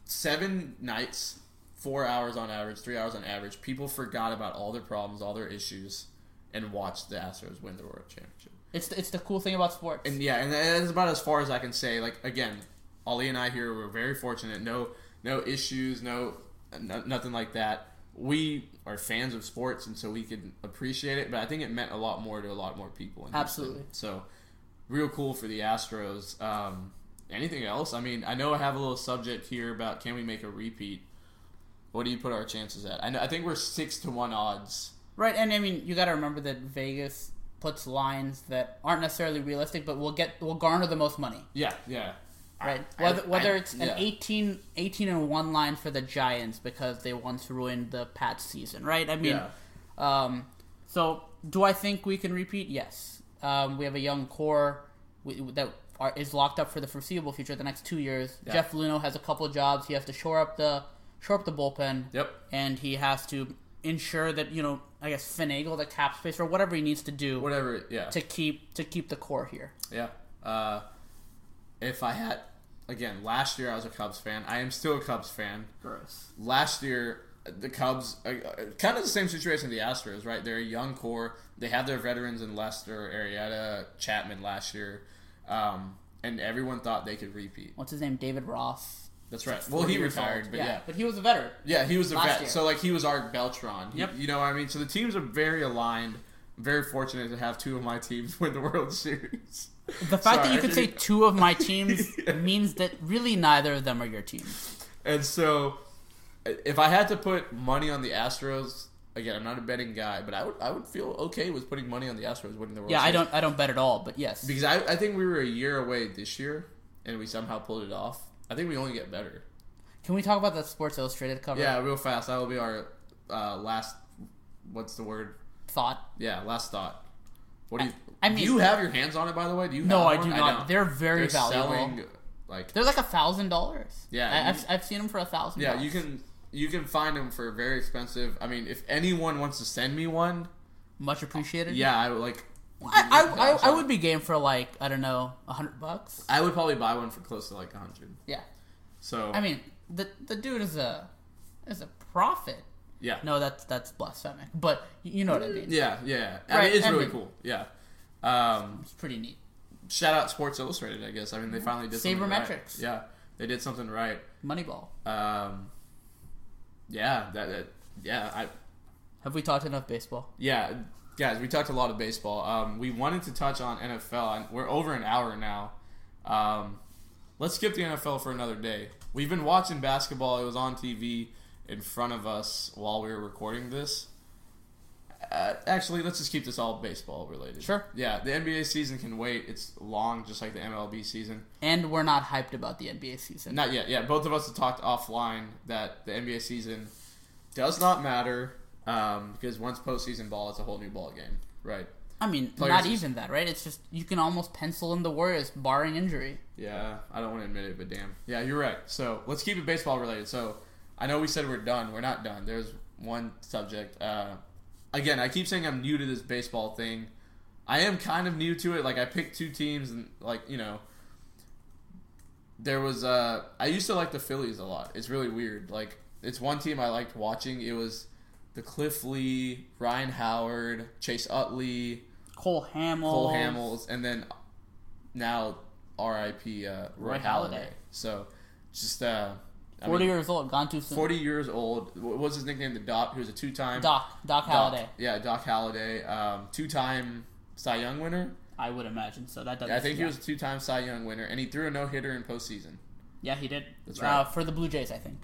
Speaker 1: seven nights, four hours on average, three hours on average. People forgot about all their problems, all their issues, and watched the Astros win the World Championship.
Speaker 3: it's the, it's the cool thing about sports.
Speaker 1: And yeah, and that is about as far as I can say. Like again, Ali and I here were very fortunate. No, no issues. No, no nothing like that. We are fans of sports, and so we can appreciate it. But I think it meant a lot more to a lot more people. in Houston.
Speaker 3: Absolutely.
Speaker 1: So, real cool for the Astros. Um, anything else? I mean, I know I have a little subject here about can we make a repeat. What do you put our chances at? I, know, I think we're six to one odds.
Speaker 3: Right, and I mean, you got to remember that Vegas puts lines that aren't necessarily realistic, but will get will garner the most money.
Speaker 1: Yeah, yeah.
Speaker 3: Right, whether
Speaker 1: I-
Speaker 3: whether it's an
Speaker 1: yeah.
Speaker 3: 18, 18 and one line for the Giants because they once ruined the Pats season. Right, I mean,
Speaker 1: Yeah.
Speaker 3: um, so do I think we can repeat? Yes, um, we have a young core we, that are, is locked up for the foreseeable future, the next two years.
Speaker 1: Yeah.
Speaker 3: Jeff Luno has a couple jobs; he has to shore up the shore up the bullpen
Speaker 1: Yep.
Speaker 3: and he has to ensure that you know I guess finagle the cap space or whatever he needs to do
Speaker 1: Whatever. Yeah.
Speaker 3: to keep to keep the core here.
Speaker 1: Yeah. Uh, if I had, again, last year I was a Cubs fan. I am still a Cubs fan.
Speaker 3: Gross.
Speaker 1: Last year, the Cubs, uh, uh, kind of the same situation as the Astros, right? They're a young core. They have their veterans in Lester, Arietta, Chapman last year. Um, and everyone thought they could repeat.
Speaker 3: What's his name? David Ross.
Speaker 1: That's right. Well, he
Speaker 3: 40 years
Speaker 1: retired,
Speaker 3: old.
Speaker 1: but yeah.
Speaker 3: but he was a veteran.
Speaker 1: Yeah, he was a
Speaker 3: Last
Speaker 1: vet.
Speaker 3: year.
Speaker 1: So like he was our Beltron. He-
Speaker 3: Yep.
Speaker 1: You know what I mean? So the teams are very aligned. Very fortunate to have two of my teams win the World Series.
Speaker 3: The fact that you
Speaker 1: Sorry.
Speaker 3: could say two of my teams means that really neither of them are your team.
Speaker 1: And so, if I had to put money on the Astros, again, I'm not a betting guy, but I would I would feel okay with putting money on the Astros winning the World
Speaker 3: Yeah, I
Speaker 1: Series.
Speaker 3: don't I don't bet at all, but yes.
Speaker 1: because I, I think we were a year away this year, and we somehow pulled it off. I think we only get better.
Speaker 3: Can we talk about the Sports Illustrated cover
Speaker 1: Yeah, real fast. That will be our uh, last. What's the word?
Speaker 3: thought?
Speaker 1: Yeah, last thought. What do you?
Speaker 3: I- I mean-
Speaker 1: do you have your hands on it by the way? Do you?
Speaker 3: No, I
Speaker 1: have
Speaker 3: do
Speaker 1: one?
Speaker 3: not.
Speaker 1: don't.
Speaker 3: They're very
Speaker 1: They're
Speaker 3: valuable.
Speaker 1: Selling, like
Speaker 3: They're like a thousand dollars.
Speaker 1: Yeah,
Speaker 3: I,
Speaker 1: you-
Speaker 3: I've, I've seen them for a thousand.
Speaker 1: yeah, you can you can find them for very expensive. I mean, if anyone wants to send me one,
Speaker 3: Much appreciated.
Speaker 1: yeah, I would like.
Speaker 3: I, I, I, I would be game for like I don't know a hundred bucks.
Speaker 1: I would probably buy one for close to like a hundred.
Speaker 3: Yeah,
Speaker 1: So
Speaker 3: I mean the the dude is a is a prophet.
Speaker 1: yeah,
Speaker 3: No, that's that's blasphemic, but y- you know what I mean.
Speaker 1: Mm, yeah, yeah. I
Speaker 3: Right,
Speaker 1: mean, it's
Speaker 3: I
Speaker 1: really
Speaker 3: mean-
Speaker 1: cool. Yeah. Um,
Speaker 3: It's pretty neat.
Speaker 1: shout out Sports Illustrated, I guess. I
Speaker 3: Mm-hmm.
Speaker 1: mean, they finally did something right.
Speaker 3: Sabermetrics.
Speaker 1: Yeah, they did something right.
Speaker 3: Moneyball.
Speaker 1: Um, yeah, that, that yeah, I
Speaker 3: Have we talked enough baseball?
Speaker 1: yeah, guys, we talked a lot of baseball. Um, we wanted to touch on NFL, and we're over an hour now. Um, let's skip the NFL for another day. We've been watching basketball. It was on TV in front of us while we were recording this. Uh, actually, let's just keep this all baseball related.
Speaker 3: Sure.
Speaker 1: Yeah, the NBA season can wait. It's long, just like the MLB season.
Speaker 3: And we're not hyped about the NBA season.
Speaker 1: Not yet. Yeah, both of us have talked offline that the NBA season does not matter um, because once postseason ball, it's a whole new ball game, right?
Speaker 3: I mean,
Speaker 1: Players
Speaker 3: not
Speaker 1: is-
Speaker 3: even that, right? It's just you can almost pencil in the Warriors, barring injury.
Speaker 1: Yeah, I don't want to admit it, but damn. Yeah, you're right. So let's keep it baseball related. So I know we said we're done. We're not done. There's one subject. Uh, again, I keep saying I'm new to this baseball thing. I am kind of new to it. Like I picked two teams, and like you know, there was. Uh, I used to like the Phillies a lot. It's really weird. Like it's one team I liked watching. It was the Cliff Lee, Ryan Howard, Chase Utley.
Speaker 3: Cole Hamill.
Speaker 1: Cole Hamels, and then now R.I.P. Uh, Roy,
Speaker 3: Roy
Speaker 1: Halladay.
Speaker 3: Halladay.
Speaker 1: So just uh, I
Speaker 3: Forty
Speaker 1: mean,
Speaker 3: years old, gone too soon.
Speaker 1: 40 years old. What was his nickname? The Doc, who was a two-time
Speaker 3: Doc,
Speaker 1: Doc.
Speaker 3: Doc Halliday.
Speaker 1: Yeah, Doc Halladay, um, two-time Cy Young winner.
Speaker 3: I would imagine so. That doesn't.
Speaker 1: I think he
Speaker 3: yeah.
Speaker 1: was a two-time Cy Young winner, and he threw a no-hitter in postseason.
Speaker 3: Yeah, he did.
Speaker 1: That's
Speaker 3: Uh,
Speaker 1: right.
Speaker 3: for the Blue Jays, I think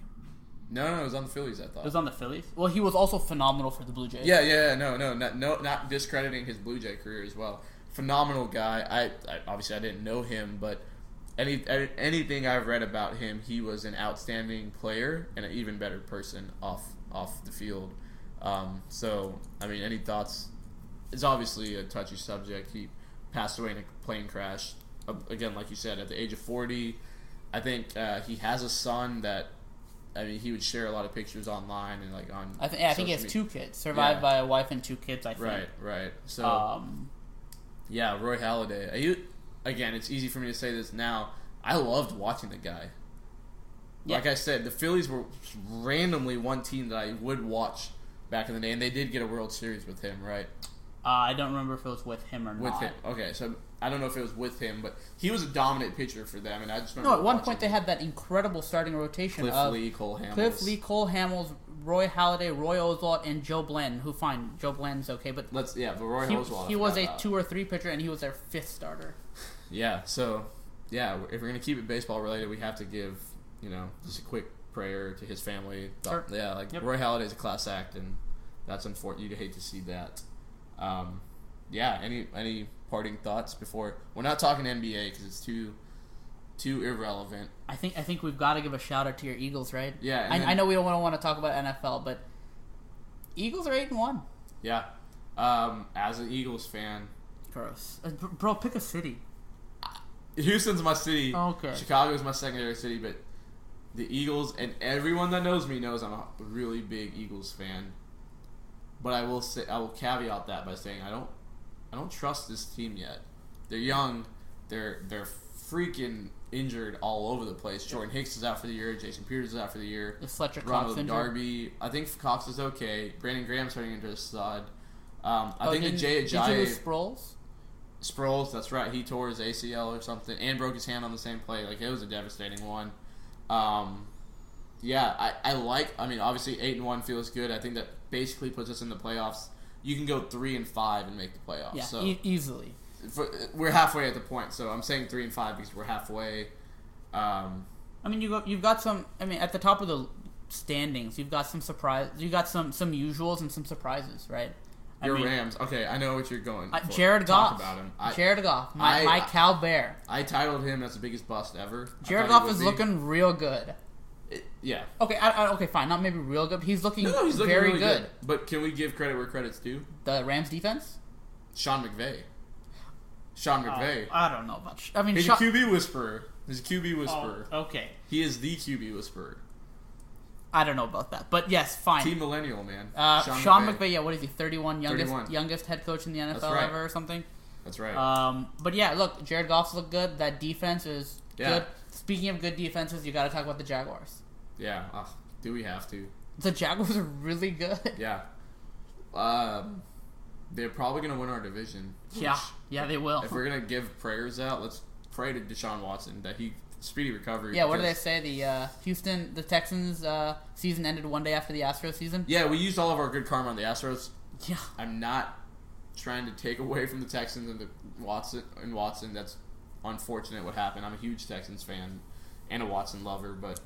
Speaker 1: No, no, it was on the Phillies. I thought.
Speaker 3: it was on the Phillies. Well, he was also phenomenal for the Blue Jays.
Speaker 1: Yeah, yeah, yeah, no, no, not, no, not discrediting his Blue Jay career as well. Phenomenal guy. I, I obviously I didn't know him, but any anything I've read about him, he was an outstanding player and an even better person off off the field. Um, so, I mean, any thoughts? It's obviously a touchy subject. He passed away in a plane crash. Uh, Again, like you said, at the age of forty. I think uh, he has a son that. I mean, he would share a lot of pictures online and like on.
Speaker 3: I think. Yeah, I think he
Speaker 1: social
Speaker 3: has
Speaker 1: media.
Speaker 3: two kids. Survived
Speaker 1: Yeah.
Speaker 3: by a wife and two kids. I think.
Speaker 1: Right, right. So
Speaker 3: Um,
Speaker 1: yeah, Roy Halladay. Are you again? It's easy for me to say this now. I loved watching the guy.
Speaker 3: Yeah.
Speaker 1: Like I said, the Phillies were randomly one team that I would watch back in the day, and they did get a World Series with him, right?
Speaker 3: uh, I don't remember if it was with him or
Speaker 1: With
Speaker 3: not.
Speaker 1: him. Okay, so I don't know if it was with him, but he was a dominant pitcher for them, and I just
Speaker 3: No,
Speaker 1: remember
Speaker 3: at one
Speaker 1: watching
Speaker 3: point they had that incredible starting rotation
Speaker 1: Cliff
Speaker 3: of
Speaker 1: Lee, Cole Hamels.
Speaker 3: Cliff Lee, Cole Hamels, Roy Halladay, Roy Oswalt, and Joe Blanton. Who fine, Joe Blanton's okay, but
Speaker 1: Let's yeah, but Roy
Speaker 3: he,
Speaker 1: Oswalt. I
Speaker 3: he was
Speaker 1: forgot
Speaker 3: a
Speaker 1: about.
Speaker 3: two or three pitcher and he was their fifth starter.
Speaker 1: Yeah, so yeah, if we're gonna keep it baseball related, we have to give you know just a quick prayer to his family.
Speaker 3: Sure.
Speaker 1: Yeah, like
Speaker 3: Yep.
Speaker 1: Roy Halladay's a class act, and that's unfortunate. You'd hate to see that. Um, yeah, any any parting thoughts before we're not talking NBA because it's too too irrelevant.
Speaker 3: I think I think we've got to give a shout out to your Eagles, right?
Speaker 1: Yeah, and
Speaker 3: I,
Speaker 1: then-
Speaker 3: I know we don't want to talk about NFL, but Eagles are eight and one.
Speaker 1: Yeah, um, as an Eagles fan,
Speaker 3: Gross, Uh, br- bro. Pick a city.
Speaker 1: Houston's my city.
Speaker 3: Oh, Okay.
Speaker 1: Chicago's my secondary city, but the Eagles and everyone that knows me knows I'm a really big Eagles fan. But I will say I will caveat that by saying I don't I don't trust this team yet. They're young. They're they're freaking injured all over the place. Jordan Hicks is out for the year. Jason Peters is out for the year.
Speaker 3: Is Fletcher Cox
Speaker 1: Ronald
Speaker 3: injured?
Speaker 1: Darby. I think Cox is okay. Brandon Graham's turning into a stud. Um, I
Speaker 3: Oh,
Speaker 1: think
Speaker 3: didn't-
Speaker 1: the Jay
Speaker 3: Did you
Speaker 1: Ajayi
Speaker 3: lose Sproles?
Speaker 1: Sproles, that's right. He tore his ACL or something and broke his hand on the same play. Like it was a devastating one. Um, yeah, I, I like. I mean, obviously eight and one feels good. I think that basically puts us in the playoffs. You can go three and five and make the playoffs.
Speaker 3: Yeah,
Speaker 1: Oh, so
Speaker 3: e- easily.
Speaker 1: for, we're halfway at the point. So I'm saying three and five because we're halfway. Um,
Speaker 3: I mean, you go, you've got some. I mean, at the top of the standings, you've got some surprise. You got some some usuals and some surprises, right? I
Speaker 1: your
Speaker 3: mean,
Speaker 1: Rams. Okay, I know what you're going.
Speaker 3: uh,
Speaker 1: for.
Speaker 3: Jared
Speaker 1: Talk
Speaker 3: Goff.
Speaker 1: about him. I,
Speaker 3: Jared Goff, my,
Speaker 1: I-
Speaker 3: my
Speaker 1: I-
Speaker 3: cow bear.
Speaker 1: I titled him as the biggest bust ever. I thought
Speaker 3: Jared
Speaker 1: he
Speaker 3: Goff
Speaker 1: would
Speaker 3: is
Speaker 1: be.
Speaker 3: looking real good.
Speaker 1: It- yeah.
Speaker 3: Okay, I, I, okay, fine. Not maybe real good. But he's looking,
Speaker 1: No, no, he's looking
Speaker 3: very
Speaker 1: really
Speaker 3: good.
Speaker 1: good. But can we give credit where credit's due?
Speaker 3: The Rams defense.
Speaker 1: Sean McVay. Sean
Speaker 3: Oh.
Speaker 1: McVay.
Speaker 3: I don't know much. I mean,
Speaker 1: He's
Speaker 3: Sha-
Speaker 1: a QB whisperer. He's a QB
Speaker 3: Uh, Oh,
Speaker 1: whisperer.
Speaker 3: okay.
Speaker 1: He is the QB whisperer.
Speaker 3: I don't know about that, but yes, fine.
Speaker 1: Team Millennial, man.
Speaker 3: uh, Sean, McVay. yeah, what is he? Thirty-one, youngest
Speaker 1: 31.
Speaker 3: youngest head coach in the NFL
Speaker 1: right.
Speaker 3: ever or something.
Speaker 1: That's right.
Speaker 3: Um, but yeah, look, Jared Goff's look good. That defense is
Speaker 1: Yeah.
Speaker 3: good. Speaking of good defenses, you got to talk about the Jaguars.
Speaker 1: yeah. Ugh, do we have to?
Speaker 3: The Jaguars are really good.
Speaker 1: Yeah. Uh, they're probably gonna win our division.
Speaker 3: Yeah, yeah, they will.
Speaker 1: If we're gonna give prayers out, let's pray to Deshaun Watson that he speedy recovery.
Speaker 3: Yeah, what do they
Speaker 1: because-
Speaker 3: say? The uh, Houston, the Texans uh, season ended one day after the Astros season.
Speaker 1: Yeah, we used all of our good karma on the Astros.
Speaker 3: Yeah,
Speaker 1: I'm not trying to take away from the Texans and the Watson and Watson. That's unfortunate what happened. I'm a huge Texans fan and a Watson lover, but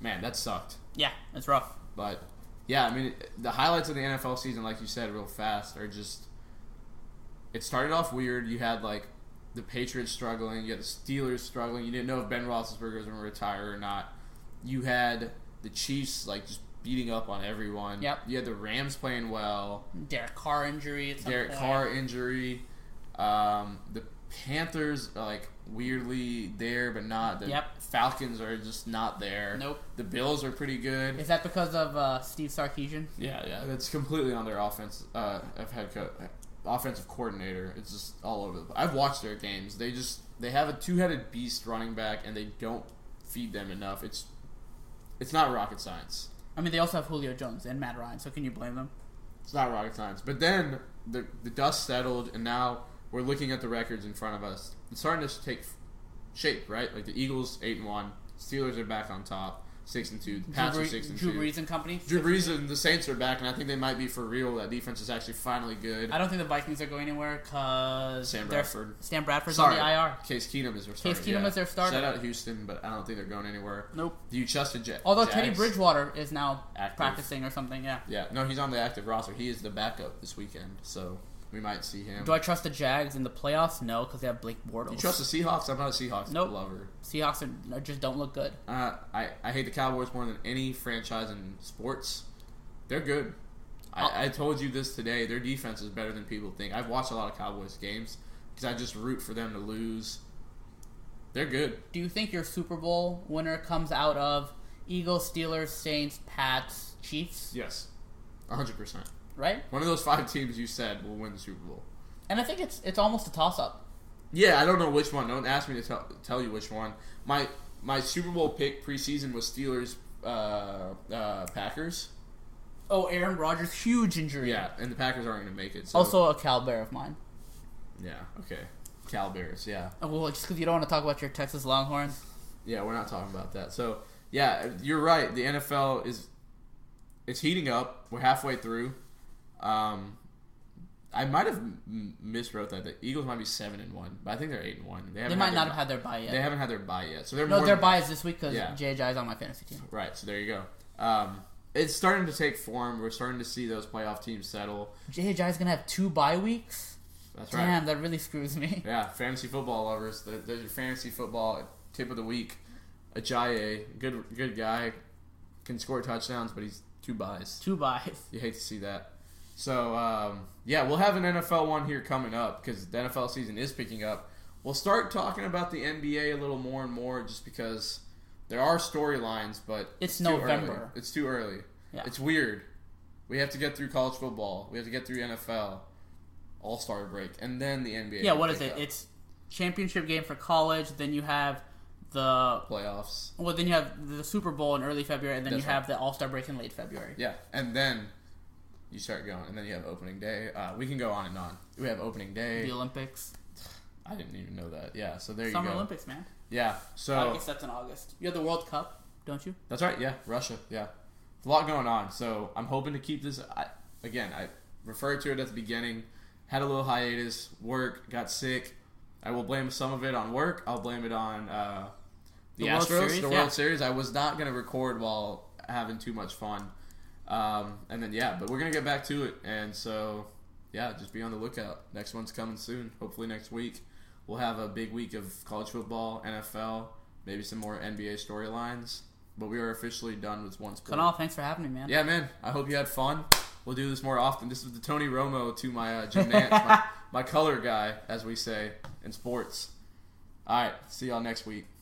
Speaker 1: man, that sucked.
Speaker 3: yeah, it's rough.
Speaker 1: But yeah, I mean, the highlights of the NFL season, like you said, real fast, are just. It started off weird. You had like the Patriots struggling. You had the Steelers struggling. You didn't know if Ben Roethlisberger was going to retire or not. You had the Chiefs like just beating up on everyone.
Speaker 3: Yep.
Speaker 1: You had the Rams playing well.
Speaker 3: Derek Carr injury. At some
Speaker 1: Derek
Speaker 3: point.
Speaker 1: Carr injury. Um, the Panthers are like weirdly there, but not. The
Speaker 3: Yep.
Speaker 1: Falcons are just not there.
Speaker 3: Nope.
Speaker 1: The Bills are pretty good.
Speaker 3: Is that because of uh, Steve Sarkeesian?
Speaker 1: Yeah, yeah, that's completely on their offense. Uh, of head coach, offensive coordinator. It's just all over the. place. I've watched their games. They just they have a two-headed beast running back, and they don't feed them enough. It's it's not rocket science.
Speaker 3: I mean, they also have Julio Jones and Matt Ryan, so can you blame them?
Speaker 1: It's not rocket science. But then the the dust settled, and now we're looking at the records in front of us. It's starting to take shape, right? Like the Eagles eight and one, Steelers are back on top, six and two. The Pats
Speaker 3: Drew,
Speaker 1: are
Speaker 3: Bre-
Speaker 1: six and
Speaker 3: Drew
Speaker 1: two.
Speaker 3: Brees and company.
Speaker 1: Drew Brees and the Saints are back, and I think they might be for real. That defense is actually finally good.
Speaker 3: I don't think the Vikings are going anywhere because
Speaker 1: Sam Bradford.
Speaker 3: Sam Bradford's
Speaker 1: Sorry,
Speaker 3: on the IR.
Speaker 1: Case Keenum is their starter.
Speaker 3: Keenum
Speaker 1: yeah.
Speaker 3: is their starter.
Speaker 1: Shout out Houston, but I don't think they're going anywhere.
Speaker 3: Nope.
Speaker 1: Do you trust a Jet?
Speaker 3: Although Teddy Bridgewater is now
Speaker 1: Active.
Speaker 3: practicing or something, yeah.
Speaker 1: Yeah, no, he's on the active roster. He is the backup this weekend, so we might see him.
Speaker 3: Do I trust the Jags in the playoffs? No, because they have Blake Bortles.
Speaker 1: you trust the Seahawks? I'm not a Seahawks
Speaker 3: Nope.
Speaker 1: lover.
Speaker 3: Seahawks are, are- just don't look good.
Speaker 1: Uh, I I hate the Cowboys more than any franchise in sports. They're good. I, I told you this today. Their defense is better than people think. I've watched a lot of Cowboys games because I just root for them to lose. They're good.
Speaker 3: Do you think your Super Bowl winner comes out of Eagles, Steelers, Saints, Pats, Chiefs?
Speaker 1: Yes, 100. percent
Speaker 3: Right?
Speaker 1: One of those five teams you said will win the Super Bowl.
Speaker 3: And I think it's it's almost a toss up.
Speaker 1: Yeah, I don't know which one. Don't ask me to tell, tell you which one. My my Super Bowl pick preseason was Steelers uh, uh, Packers.
Speaker 3: Oh, Aaron Rodgers, huge injury.
Speaker 1: Yeah, and the Packers aren't going to make it. So.
Speaker 3: Also a Cal Bear of mine.
Speaker 1: yeah, okay. Cal Bears, yeah,
Speaker 3: Oh, Well, just because you don't want to talk about your Texas Longhorns.
Speaker 1: yeah. We're not talking about that. So yeah, you're right. The NFL is it's heating up. We're halfway through. Um, I might have m- miswrote that. The Eagles might be seven and one, but I think they're eight and one. They,
Speaker 3: They
Speaker 1: haven't
Speaker 3: might
Speaker 1: had
Speaker 3: not
Speaker 1: their-
Speaker 3: have had their bye yet.
Speaker 1: They haven't had their bye yet, so they're
Speaker 3: no,
Speaker 1: more
Speaker 3: their
Speaker 1: than-
Speaker 3: bye is this week because
Speaker 1: Yeah.
Speaker 3: JJ is on my fantasy team.
Speaker 1: Right, so there you go. Um, it's starting to take form. We're starting to see those playoff teams settle.
Speaker 3: JJ is gonna have two bye weeks.
Speaker 1: That's right.
Speaker 3: Damn, that really screws me.
Speaker 1: Yeah, fantasy football lovers. th- There's your fantasy football tip of the week. Ajayi, good good guy, can score touchdowns, but he's two buys.
Speaker 3: Two buys.
Speaker 1: You hate to see that. So um, yeah, we'll have an NFL one here coming up because the NFL season is picking up. We'll start talking about the NBA a little more and more, just because there are storylines, but
Speaker 3: It's
Speaker 1: too early.
Speaker 3: November.
Speaker 1: It's too early.
Speaker 3: Yeah.
Speaker 1: It's weird. We have to get through college football. We have to get through NFL, All Star break, and then the NBA.
Speaker 3: Yeah, what
Speaker 1: will
Speaker 3: is
Speaker 1: pick
Speaker 3: it?
Speaker 1: up.
Speaker 3: It's championship game for college. Then you have the
Speaker 1: playoffs.
Speaker 3: well, then you have the Super Bowl in early February, and then
Speaker 1: That's
Speaker 3: you have the All Star break in late February.
Speaker 1: Yeah, and then you start going, and then you have opening day. Uh, we can go on and on. We have opening day.
Speaker 3: The Olympics,
Speaker 1: I didn't even know that. Yeah, so there
Speaker 3: Summer
Speaker 1: you go.
Speaker 3: Olympics, man.
Speaker 1: Yeah,
Speaker 3: I
Speaker 1: so
Speaker 3: guess that's in August. You have the World Cup, don't you?
Speaker 1: that's right. Yeah, Russia. Yeah, There's a lot going on. So I'm hoping to keep this. I, again, I referred to it at the beginning. Had a little hiatus. Work. Got sick. I will blame some of it on work. I'll blame it on uh, the,
Speaker 3: The World
Speaker 1: Astros,
Speaker 3: Series,
Speaker 1: the
Speaker 3: yeah.
Speaker 1: World Series. I was not going to record while having too much fun. Um, and then yeah, but we're gonna get back to it, and so yeah, just be on the lookout. Next one's coming soon. Hopefully next week we'll have a big week of college football, NFL, maybe some more NBA storylines. But we are officially done with one sport.
Speaker 3: Kunal, thanks for having me, man.
Speaker 1: Yeah, man. I hope you had fun. We'll do this more often. This is the Tony Romo to my uh, Jim Nance, my, my color guy, as we say in sports. All right. See y'all next week.